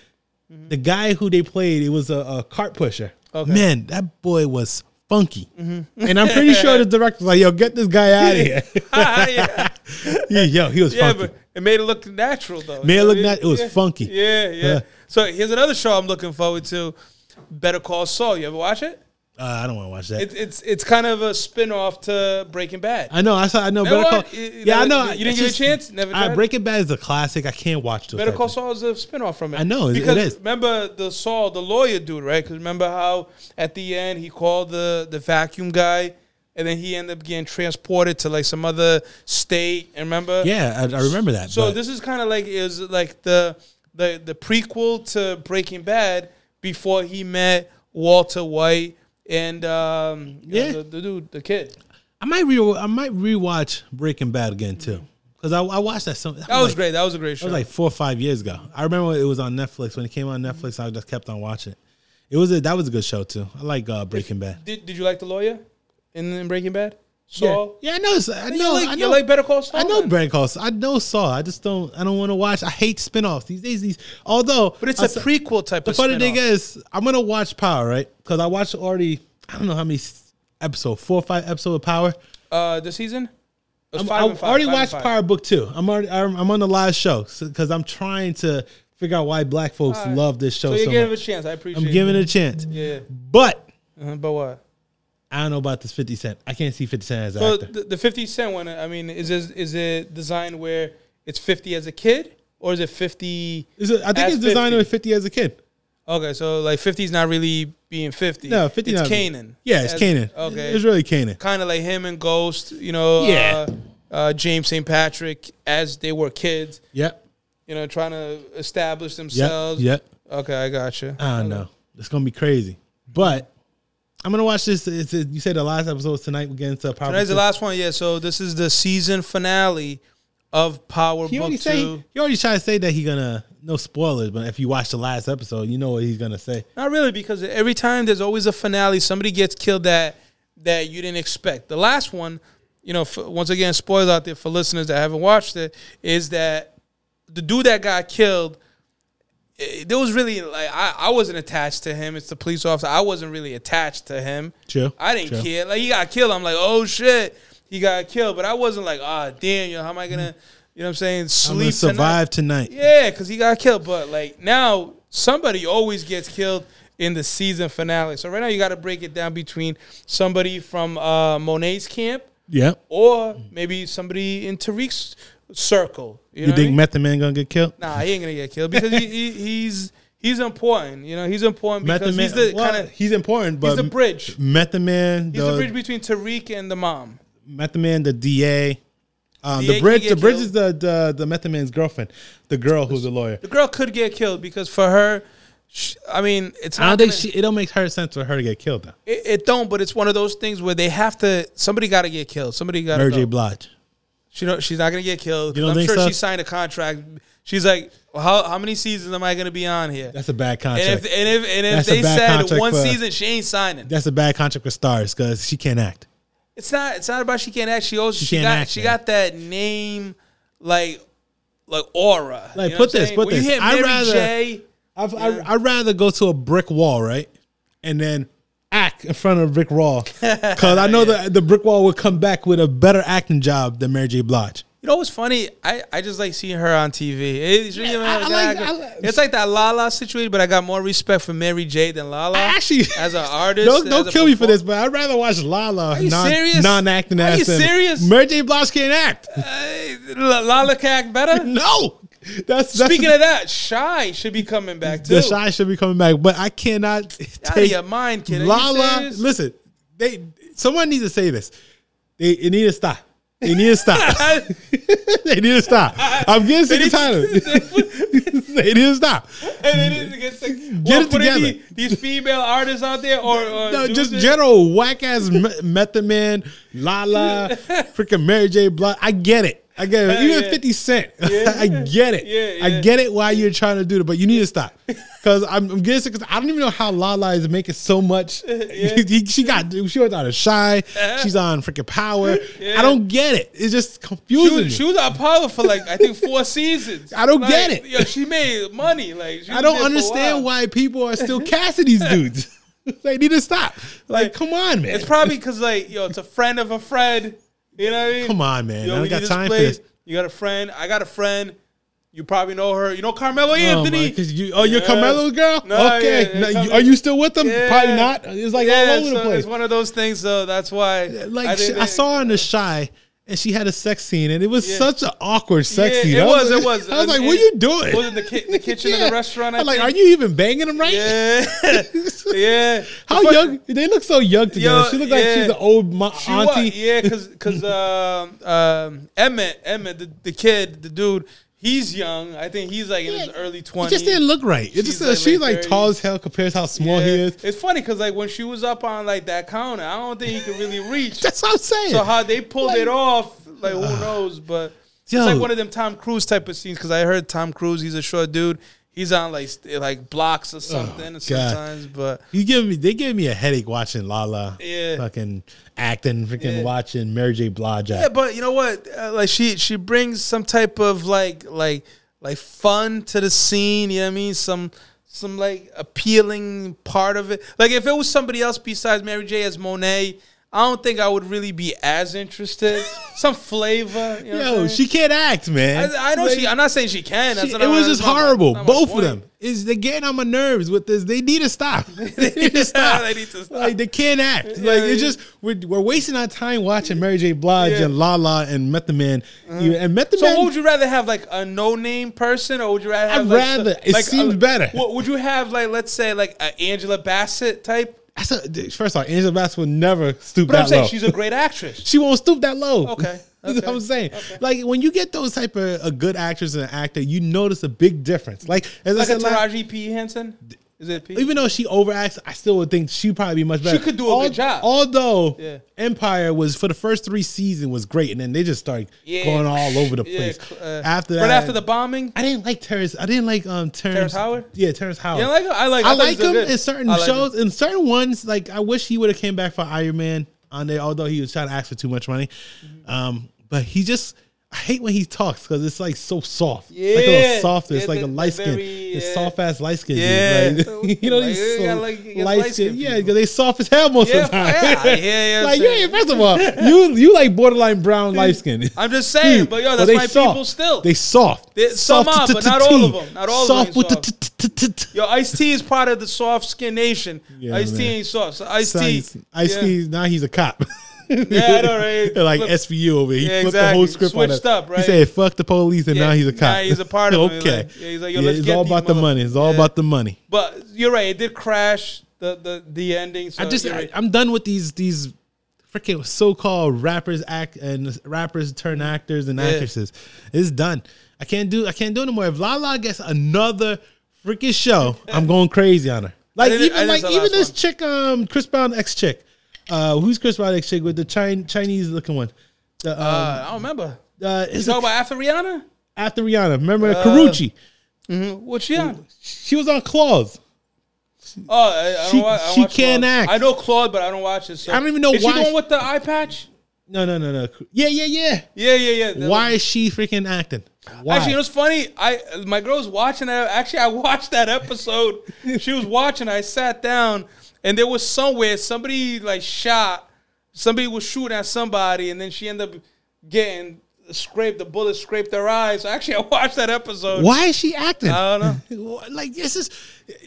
Speaker 1: the guy who they played, it was a, a cart pusher. Man, that boy was funky.
Speaker 2: Mm-hmm.
Speaker 1: And I'm pretty sure the director's like, "Yo, get this guy out of here."
Speaker 2: yeah,
Speaker 1: yeah, yo, he was
Speaker 2: yeah,
Speaker 1: funky.
Speaker 2: but it made it look natural though.
Speaker 1: Made it
Speaker 2: You know
Speaker 1: look
Speaker 2: what I mean?
Speaker 1: nat- it was
Speaker 2: Yeah.
Speaker 1: funky.
Speaker 2: Yeah, yeah,
Speaker 1: Yeah.
Speaker 2: So here's another show I'm looking forward to. Better Call Saul. You ever watch it?
Speaker 1: Uh, I don't want to watch that.
Speaker 2: It's it's it's kind of a spin off to Breaking Bad.
Speaker 1: I know. I saw. I know.
Speaker 2: You know
Speaker 1: Better Call.
Speaker 2: what? You- you
Speaker 1: yeah, I
Speaker 2: never-
Speaker 1: know.
Speaker 2: you didn't
Speaker 1: it's
Speaker 2: give it a chance? Never
Speaker 1: I,
Speaker 2: tried?
Speaker 1: Breaking Bad is a classic. I can't watch those.
Speaker 2: Better
Speaker 1: type
Speaker 2: Call
Speaker 1: of-
Speaker 2: Saul is a spinoff from it.
Speaker 1: I know, it- it
Speaker 2: because
Speaker 1: is.
Speaker 2: remember the Saul, the lawyer dude, right? Because remember how at the end he called the the vacuum guy, and then he ended up getting transported to like some other state. And remember,
Speaker 1: Yeah, I, I remember that.
Speaker 2: So
Speaker 1: but-
Speaker 2: this is kind of like is like the the the prequel to Breaking Bad before he met Walter White and um, you know,
Speaker 1: Yeah.
Speaker 2: the, the dude, the kid.
Speaker 1: I might re I might rewatch Breaking Bad again too because I, I watched that some.
Speaker 2: That was great. That was a great
Speaker 1: It
Speaker 2: show.
Speaker 1: was like four or five years ago. I remember it was on Netflix when it came on Netflix. I just kept on watching. It was a, that was a good show too. I like uh, Breaking Bad.
Speaker 2: did, did you like the lawyer in, in Breaking Bad?
Speaker 1: Yeah,
Speaker 2: Saul.
Speaker 1: yeah, I know. it's- I know.
Speaker 2: You like,
Speaker 1: I
Speaker 2: you
Speaker 1: know.
Speaker 2: like Better Call Saul?
Speaker 1: I know
Speaker 2: then?
Speaker 1: Better Call. Saul. I know Saw. I just don't. I don't want to watch. I hate spinoffs these days. These although,
Speaker 2: But it's
Speaker 1: a
Speaker 2: a prequel type
Speaker 1: The
Speaker 2: of
Speaker 1: funny thing
Speaker 2: spin-off.
Speaker 1: is, I'm gonna watch Power, right? Because I watched already. I don't know how many s- episode, four or five episode of Power.
Speaker 2: uh, the season. It was
Speaker 1: I'm,
Speaker 2: five
Speaker 1: I
Speaker 2: and five,
Speaker 1: already
Speaker 2: five and
Speaker 1: watched
Speaker 2: five.
Speaker 1: Power Book Two. I'm already. I'm, I'm on the live show because I'm trying to figure out why Black folks love this show
Speaker 2: So
Speaker 1: so,
Speaker 2: you give it
Speaker 1: much.
Speaker 2: a chance. I appreciate.
Speaker 1: I'm giving
Speaker 2: it.
Speaker 1: it a chance,
Speaker 2: Yeah,
Speaker 1: but
Speaker 2: uh but what?
Speaker 1: I don't know about this 50 Cent. I can't see 50 Cent as an
Speaker 2: So
Speaker 1: actor.
Speaker 2: the, the Fifty Cent one. I mean, is this, is it designed where it's fifty as a kid, or is it fifty?
Speaker 1: Is it- I think
Speaker 2: as
Speaker 1: it's designed
Speaker 2: 50?
Speaker 1: with 50 as a kid.
Speaker 2: Okay, so like 50's not really being fifty.
Speaker 1: No, 50.
Speaker 2: It's
Speaker 1: not-
Speaker 2: Kanan.
Speaker 1: Yeah, it's
Speaker 2: As-
Speaker 1: Kanan.
Speaker 2: Okay,
Speaker 1: it's really Kanan.
Speaker 2: kind of like him and Ghost. You know.
Speaker 1: Yeah.
Speaker 2: Uh, uh, James St. Patrick, as they were kids,
Speaker 1: Yep.
Speaker 2: you know, trying to establish
Speaker 1: Yep.
Speaker 2: themselves.
Speaker 1: Yep.
Speaker 2: Okay, I gotcha.
Speaker 1: I don't know. It's gonna be crazy. But I'm gonna watch this. It's, it, you said the last episode was tonight against uh, Power.
Speaker 2: That's the
Speaker 1: Book
Speaker 2: last one, yeah. So this is the season finale of Power
Speaker 1: Two. He
Speaker 2: Book
Speaker 1: already
Speaker 2: Two.
Speaker 1: say he already tried to say that he gonna no spoilers, but if you watch the last episode, you know what he's gonna say.
Speaker 2: Not really, because every time there's always a finale. Somebody gets killed that that you didn't expect. The last one, you know, for, once again, spoiler out there for listeners that haven't watched it, is that the dude that got killed. eh, There was really like I, I wasn't attached to him. It's the police officer. I wasn't really attached to him.
Speaker 1: True,
Speaker 2: I didn't
Speaker 1: true.
Speaker 2: care. Like he got killed. I'm like, oh shit, he got killed. But I wasn't like, ah, damn, yo, how am I gonna, you know, what I'm saying,
Speaker 1: Mm-hmm. I'm
Speaker 2: sleep
Speaker 1: gonna
Speaker 2: tonight?
Speaker 1: survive tonight.
Speaker 2: Yeah, because he got killed. But like now, somebody always gets killed in the season finale. So right now, you got to break it down between somebody from uh, Monet's camp
Speaker 1: Yep.
Speaker 2: or maybe somebody in Tariq's circle. You,
Speaker 1: You
Speaker 2: know what I
Speaker 1: think
Speaker 2: mean?
Speaker 1: Method Man gonna get killed?
Speaker 2: Nah, he ain't gonna get killed because he, he, he's he's important. You know, he's important because he's the
Speaker 1: well,
Speaker 2: kind of
Speaker 1: he's important, but
Speaker 2: he's the bridge.
Speaker 1: Method Man,
Speaker 2: He's
Speaker 1: the,
Speaker 2: the bridge between Tariq and the mom.
Speaker 1: Method Man, the DA. Um,
Speaker 2: DA
Speaker 1: the
Speaker 2: can
Speaker 1: bridge,
Speaker 2: get
Speaker 1: the bridge
Speaker 2: killed.
Speaker 1: is the, the the Method Man's girlfriend, the girl who's a lawyer.
Speaker 2: The girl could get killed because for her, sh I mean, it's. Not
Speaker 1: I don't think
Speaker 2: gonna-
Speaker 1: she. It don't make her sense for her to get killed though.
Speaker 2: It, it don't, but it's one of those things where they have to. Somebody got to get killed. Somebody got
Speaker 1: Mary
Speaker 2: to.
Speaker 1: J.
Speaker 2: go.
Speaker 1: Blige.
Speaker 2: She don't, she's not gonna get killed.
Speaker 1: You don't
Speaker 2: I'm
Speaker 1: think
Speaker 2: sure
Speaker 1: so?
Speaker 2: she signed a contract. She's like, well, how how many seasons am I gonna be on here?
Speaker 1: That's a bad contract.
Speaker 2: and if and if and if
Speaker 1: That's a
Speaker 2: they
Speaker 1: bad
Speaker 2: said
Speaker 1: contract
Speaker 2: one
Speaker 1: for-
Speaker 2: season, she ain't signing.
Speaker 1: That's a bad contract for stars because she can't act.
Speaker 2: It's not. It's not about she can't act. She also she,
Speaker 1: can't
Speaker 2: got
Speaker 1: act,
Speaker 2: she
Speaker 1: man.
Speaker 2: got that name like like aura.
Speaker 1: Like,
Speaker 2: know
Speaker 1: put
Speaker 2: what I'm
Speaker 1: this,
Speaker 2: saying?
Speaker 1: put
Speaker 2: when You
Speaker 1: this.
Speaker 2: hit
Speaker 1: I'd
Speaker 2: Mary
Speaker 1: rather-
Speaker 2: J,
Speaker 1: I've, I, I'd rather go to a brick wall, right? And then act in front of a brick wall. Because I know that the brick wall would come back with a better acting job than Mary J. Blige.
Speaker 2: You know what's funny? I, I just like seeing her on TV. It's, you know,
Speaker 1: I- I
Speaker 2: it's
Speaker 1: like-
Speaker 2: like,
Speaker 1: I like-
Speaker 2: it's like that Lala situation, but I got more respect for Mary J than Lala.
Speaker 1: Actually,
Speaker 2: as an artist,
Speaker 1: don't,
Speaker 2: as
Speaker 1: don't
Speaker 2: a
Speaker 1: kill me for
Speaker 2: performer.
Speaker 1: this, but I'd rather watch Lala
Speaker 2: you serious?
Speaker 1: non acting
Speaker 2: Are you
Speaker 1: ass. than-
Speaker 2: serious?
Speaker 1: Mary J. Blige can't act.
Speaker 2: Hey, La- Lala can act better.
Speaker 1: No. That's, that's
Speaker 2: Speaking of that, Shy should be coming back too.
Speaker 1: the shy should be coming back, but I cannot
Speaker 2: out of
Speaker 1: take
Speaker 2: your mind, kid. Are you
Speaker 1: Lala,
Speaker 2: serious?
Speaker 1: listen, they someone needs to say this. They, they need to stop. They need to stop. they need to stop. I'm getting sick and tired of it. they didn't stop.
Speaker 2: And it is it's like,
Speaker 1: Get
Speaker 2: well,
Speaker 1: it
Speaker 2: put any-
Speaker 1: together.
Speaker 2: These, female artists out there, or, or
Speaker 1: No,
Speaker 2: dudes
Speaker 1: just
Speaker 2: that-
Speaker 1: general whack ass me- Method Man, Lala, freaking Mary J. Blige. I get it. I get it.
Speaker 2: Hell
Speaker 1: Even
Speaker 2: yeah.
Speaker 1: 50 Cent. I get it.
Speaker 2: Yeah,
Speaker 1: I
Speaker 2: yeah.
Speaker 1: get it why you're trying to do it, but you need to stop. Because I'm, I'm getting sick. Because I don't even know how Lala is making so much. He- she got, she was on a shy.
Speaker 2: Uh-huh.
Speaker 1: She's on freaking power. I don't get it. It's just
Speaker 2: She
Speaker 1: confusing.
Speaker 2: was, she was on Apollo for like I think four seasons.
Speaker 1: I don't
Speaker 2: Like,
Speaker 1: get it.
Speaker 2: Yo, she made money. Like she
Speaker 1: me. I don't
Speaker 2: was there for a while.
Speaker 1: understand why people are still casting these dudes. they need to stop. Like, come on, man.
Speaker 2: It's probably because like yo, it's a friend of a friend. You know what I mean?
Speaker 1: Come on, man.
Speaker 2: Yo,
Speaker 1: I don't
Speaker 2: we
Speaker 1: got
Speaker 2: need
Speaker 1: time for
Speaker 2: place.
Speaker 1: this.
Speaker 2: You got a friend. I got a friend. You probably know her. You know Carmelo
Speaker 1: Oh, my,
Speaker 2: Anthony.
Speaker 1: 'cause you, oh, you're
Speaker 2: Yeah.
Speaker 1: Carmelo girl.
Speaker 2: No,
Speaker 1: okay,
Speaker 2: yeah, yeah,
Speaker 1: Now, you-
Speaker 2: Carmelo-
Speaker 1: are you still with them?
Speaker 2: Yeah.
Speaker 1: Probably not. It's like
Speaker 2: yeah,
Speaker 1: all over
Speaker 2: so
Speaker 1: the place.
Speaker 2: it's one of those things though. That's why.
Speaker 1: like
Speaker 2: think
Speaker 1: she, I
Speaker 2: that-
Speaker 1: saw her in the shy, and she had a sex scene, and it was such an awkward sex
Speaker 2: Yeah,
Speaker 1: scene.
Speaker 2: it
Speaker 1: I
Speaker 2: was.
Speaker 1: like-
Speaker 2: It was.
Speaker 1: I was like,
Speaker 2: It-
Speaker 1: what are you doing?
Speaker 2: Was it the, ki- the kitchen of
Speaker 1: Yeah.
Speaker 2: the restaurant? I
Speaker 1: I'm like,
Speaker 2: think?
Speaker 1: are you even banging them right?
Speaker 2: Yeah, yeah.
Speaker 1: How
Speaker 2: The fuck-
Speaker 1: young? They look so young together.
Speaker 2: Yo,
Speaker 1: she looked like
Speaker 2: yeah.
Speaker 1: she's an old mo-
Speaker 2: She wa-
Speaker 1: auntie.
Speaker 2: yeah, because because um, um, Emmett Emmett the, the kid the dude he's young. I think he's like in his early
Speaker 1: It
Speaker 2: twenties.
Speaker 1: just didn't look right. It
Speaker 2: She's
Speaker 1: just
Speaker 2: like
Speaker 1: she's
Speaker 2: late
Speaker 1: like tall
Speaker 2: 30s.
Speaker 1: as hell compared to how small he is.
Speaker 2: It's funny because like when she was up on like that counter, I don't think he could really reach.
Speaker 1: That's what I'm saying.
Speaker 2: so how they pulled
Speaker 1: Like- uh,
Speaker 2: it off, like who knows? But
Speaker 1: Yo.
Speaker 2: it's like one of them Tom Cruise type of scenes because I heard Tom Cruise. He's a short dude. He's on like st- like blocks
Speaker 1: Oh,
Speaker 2: or something sometimes, but
Speaker 1: You give me they give me a headache watching Lala,
Speaker 2: Yeah.
Speaker 1: fucking acting, freaking
Speaker 2: Yeah.
Speaker 1: watching Mary J. Blige. act.
Speaker 2: Yeah, but you know what? Uh, like she she brings some type of like like like fun to the scene. You know what I mean? Some some like appealing part of it. Like if it was somebody else besides Mary J. as Monet, I don't think I would really be as interested. some flavor. You know what I'm
Speaker 1: Yo,
Speaker 2: saying?
Speaker 1: she can't act, man.
Speaker 2: I, I know she. I'm not saying she can. That's
Speaker 1: She-
Speaker 2: not
Speaker 1: it
Speaker 2: my-
Speaker 1: was
Speaker 2: that's
Speaker 1: just
Speaker 2: not my-
Speaker 1: horrible.
Speaker 2: not my
Speaker 1: Both of
Speaker 2: point.
Speaker 1: them is they're getting on my nerves with this. They need to stop. they need to stop.
Speaker 2: They need to stop.
Speaker 1: Like they can't act. Like
Speaker 2: yeah.
Speaker 1: it's just we're, we're wasting our time watching Mary J. Blige
Speaker 2: Yeah. Uh-huh.
Speaker 1: and Lala and Method Man. You- And Method
Speaker 2: So
Speaker 1: Man,
Speaker 2: would you rather have like a no-name person, or would you rather? Have
Speaker 1: I'd
Speaker 2: like,
Speaker 1: rather.
Speaker 2: so-
Speaker 1: It
Speaker 2: like,
Speaker 1: seems
Speaker 2: uh,
Speaker 1: better.
Speaker 2: Would would you have like let's say like a Angela Bassett type?
Speaker 1: that's a, first off, Angela Bassett will never stoop
Speaker 2: But
Speaker 1: that
Speaker 2: I'm saying
Speaker 1: low.
Speaker 2: she's a great actress.
Speaker 1: She won't stoop that low.
Speaker 2: Okay,
Speaker 1: That's what
Speaker 2: okay,
Speaker 1: I'm saying. Like when you get those type of a good actress and an actor, you notice a big difference. Like as I
Speaker 2: like
Speaker 1: said,
Speaker 2: a
Speaker 1: like,
Speaker 2: Taraji P. Henson? Is it P?
Speaker 1: even though she overacts, I still would think she'd probably be much better.
Speaker 2: could do a
Speaker 1: Al-
Speaker 2: good job.
Speaker 1: Although
Speaker 2: Yeah.
Speaker 1: Empire was for the first three seasons was great, and then they just started
Speaker 2: Yeah.
Speaker 1: going all over the
Speaker 2: Yeah,
Speaker 1: place.
Speaker 2: uh,
Speaker 1: after that,
Speaker 2: right after the bombing?
Speaker 1: I didn't like Terrence. I didn't like um Terrence,
Speaker 2: Terrence Howard?
Speaker 1: Yeah, Terrence Howard.
Speaker 2: You know, like, I like,
Speaker 1: I,
Speaker 2: thought he
Speaker 1: like
Speaker 2: was
Speaker 1: him
Speaker 2: good.
Speaker 1: in certain
Speaker 2: I like
Speaker 1: shows,
Speaker 2: him.
Speaker 1: in certain ones. Like I wish he would have came back for Iron Man on there, although he was trying to ask for too much money.
Speaker 2: Mm-hmm.
Speaker 1: Um, but he just. I hate when he talks because it's like so soft, like a little
Speaker 2: Yeah.
Speaker 1: soft. It's
Speaker 2: Yeah,
Speaker 1: like a
Speaker 2: the- the
Speaker 1: light skin,
Speaker 2: very,
Speaker 1: it's
Speaker 2: uh,
Speaker 1: soft ass light skin.
Speaker 2: Yeah.
Speaker 1: dude. Like, you know
Speaker 2: Like,
Speaker 1: these
Speaker 2: you got,
Speaker 1: so
Speaker 2: like, you got
Speaker 1: light
Speaker 2: light
Speaker 1: skin,
Speaker 2: skin
Speaker 1: yeah,
Speaker 2: people.
Speaker 1: because they soft as hell most
Speaker 2: Yeah,
Speaker 1: of the time.
Speaker 2: yeah, yeah, yeah,
Speaker 1: like
Speaker 2: I'm
Speaker 1: you
Speaker 2: saying.
Speaker 1: ain't- first of all, you you like borderline brown light skin.
Speaker 2: I'm just saying, but yo, that's
Speaker 1: they
Speaker 2: my
Speaker 1: soft.
Speaker 2: people still.
Speaker 1: They soft.
Speaker 2: They- some
Speaker 1: Soft
Speaker 2: are,
Speaker 1: to-
Speaker 2: but
Speaker 1: to
Speaker 2: not all of
Speaker 1: tea.
Speaker 2: them. Not all of them
Speaker 1: Soft
Speaker 2: ain't
Speaker 1: with the
Speaker 2: soft.
Speaker 1: t- t- t- t-
Speaker 2: Yo, Ice T is part of the soft skin nation.
Speaker 1: Yeah,
Speaker 2: Ice T
Speaker 1: man.
Speaker 2: ain't soft. So Ice
Speaker 1: Son,
Speaker 2: T.
Speaker 1: it's- Ice
Speaker 2: yeah.
Speaker 1: T. Now he's a cop.
Speaker 2: Yeah, I know, right?
Speaker 1: like
Speaker 2: Flip-
Speaker 1: SVU over here. He
Speaker 2: Yeah,
Speaker 1: flipped the whole
Speaker 2: exactly.
Speaker 1: script on
Speaker 2: Switched
Speaker 1: it.
Speaker 2: up,
Speaker 1: He
Speaker 2: right?
Speaker 1: said, "Fuck the police," and
Speaker 2: Yeah,
Speaker 1: now he's a
Speaker 2: now
Speaker 1: cop.
Speaker 2: he's a part of it.
Speaker 1: okay.
Speaker 2: Like, yeah, he's like, yo, let's
Speaker 1: it's
Speaker 2: get
Speaker 1: all
Speaker 2: these
Speaker 1: about the money. It's all
Speaker 2: motherf-
Speaker 1: about the money.
Speaker 2: But you're right. It did crash the the, the ending. So
Speaker 1: I just,
Speaker 2: you're
Speaker 1: I,
Speaker 2: right.
Speaker 1: I'm done with these these freaking so-called rappers act and rappers turn actors and actresses. It's done. I can't do, I can't do it anymore. If Lala gets another freaking show, I'm going crazy on her. Like
Speaker 2: didn't- I
Speaker 1: even
Speaker 2: didn't
Speaker 1: like
Speaker 2: saw the
Speaker 1: even
Speaker 2: last
Speaker 1: this
Speaker 2: one.
Speaker 1: chick, um, Chris Brown ex chick. Uh, who's Chris Brown ex chick with the Chin- Chinese looking one? The, um,
Speaker 2: uh, I don't remember.
Speaker 1: uh, it's
Speaker 2: You
Speaker 1: a-
Speaker 2: talking about Uh, after Rihanna?
Speaker 1: after Rihanna. Remember Karuchi?
Speaker 2: What's she on?
Speaker 1: She was on Claws.
Speaker 2: Oh, I, I
Speaker 1: She-
Speaker 2: don't watch, I don't
Speaker 1: she
Speaker 2: watch
Speaker 1: can
Speaker 2: Claude.
Speaker 1: act.
Speaker 2: I know Claude, but I don't watch it. So.
Speaker 1: I don't even know
Speaker 2: is
Speaker 1: why
Speaker 2: she
Speaker 1: she-
Speaker 2: going with the eye patch?
Speaker 1: No, no, no, no. Yeah, yeah, yeah.
Speaker 2: Yeah, yeah, yeah. That
Speaker 1: Why
Speaker 2: was-
Speaker 1: is she freaking acting? Why?
Speaker 2: Actually, you know what's funny? I my girl was watching that. Actually, I watched that episode. she was watching. I sat down, and there was somewhere somebody like shot. Somebody was shooting at somebody, and then she ended up getting scraped. The bullet scraped her eyes. So actually, I watched that episode.
Speaker 1: Why is she acting?
Speaker 2: I don't know.
Speaker 1: like this is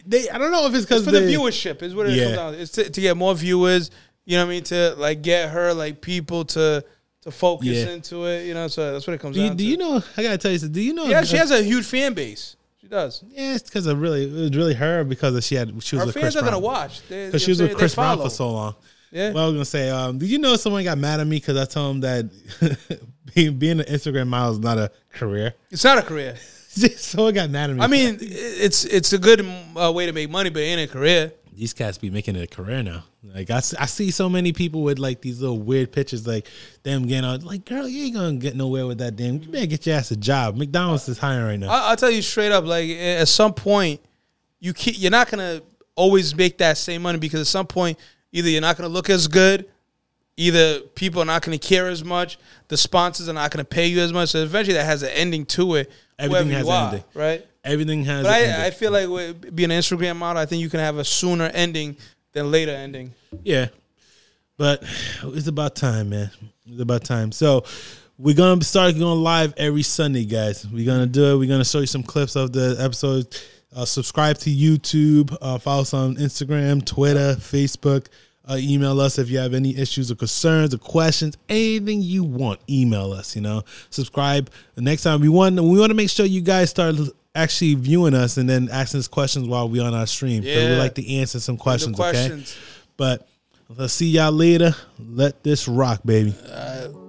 Speaker 1: they. I don't know if it's because
Speaker 2: It's for the viewership is what it
Speaker 1: Yeah.
Speaker 2: comes down to. It's to, to get more viewers. You know what I mean? To like get her like people to to focus
Speaker 1: Yeah.
Speaker 2: into it. You know, so that's what it comes
Speaker 1: Do you,
Speaker 2: down
Speaker 1: do
Speaker 2: to.
Speaker 1: you know? I gotta tell you. something. Do you know?
Speaker 2: yeah, she has a huge fan base. She does.
Speaker 1: Yeah, it's because of really it was really her because of she had she was
Speaker 2: Her
Speaker 1: with
Speaker 2: fans
Speaker 1: Chris
Speaker 2: are gonna
Speaker 1: Brown.
Speaker 2: watch They- you know
Speaker 1: because she was
Speaker 2: what
Speaker 1: with
Speaker 2: I'm saying? They
Speaker 1: Chris Brown
Speaker 2: follow.
Speaker 1: for so long.
Speaker 2: Yeah.
Speaker 1: Well, I was gonna say, um, did you know someone got mad at me because I told him that being, being an Instagram model is not a career?
Speaker 2: It's not a career.
Speaker 1: Someone got mad at me.
Speaker 2: I mean, i- it's it's a good uh, way to make money, but it ain't a career.
Speaker 1: these cats be making it a career now. Like I, s- I see so many people with like these little weird pictures, like them getting on. Like, girl, you ain't gonna get nowhere with that damn. You better get your ass a job. McDonald's is hiring right now.
Speaker 2: I, I'll tell you straight up, like at some point, you keep, you're not gonna always make that same money because at some point, either you're not gonna look as good, either people are not gonna care as much, the sponsors are not gonna pay you as much. So eventually, that has an ending to it.
Speaker 1: Everything
Speaker 2: whoever
Speaker 1: has
Speaker 2: you
Speaker 1: an
Speaker 2: are,
Speaker 1: ending.
Speaker 2: right?
Speaker 1: Everything has.
Speaker 2: But
Speaker 1: an
Speaker 2: I,
Speaker 1: ending.
Speaker 2: I feel like with being an Instagram model, I think you can have a sooner ending than later ending.
Speaker 1: Yeah. But it's about time, man. It's about time. So we're gonna start going live every Sunday, guys. We're gonna do it. We're gonna show you some clips of the episode. Uh, subscribe to YouTube. Uh, follow us on Instagram, Twitter, Facebook. Uh, email us if you have any issues or concerns or questions, anything you want. Email us. You know, subscribe. The next time we want, we want to make sure you guys start actually viewing us and then asking us questions while we on our stream. 'cause We
Speaker 2: Yeah.
Speaker 1: like to answer some questions. Okay.
Speaker 2: questions.
Speaker 1: But let's see y'all later. Let this rock, baby.
Speaker 2: Uh,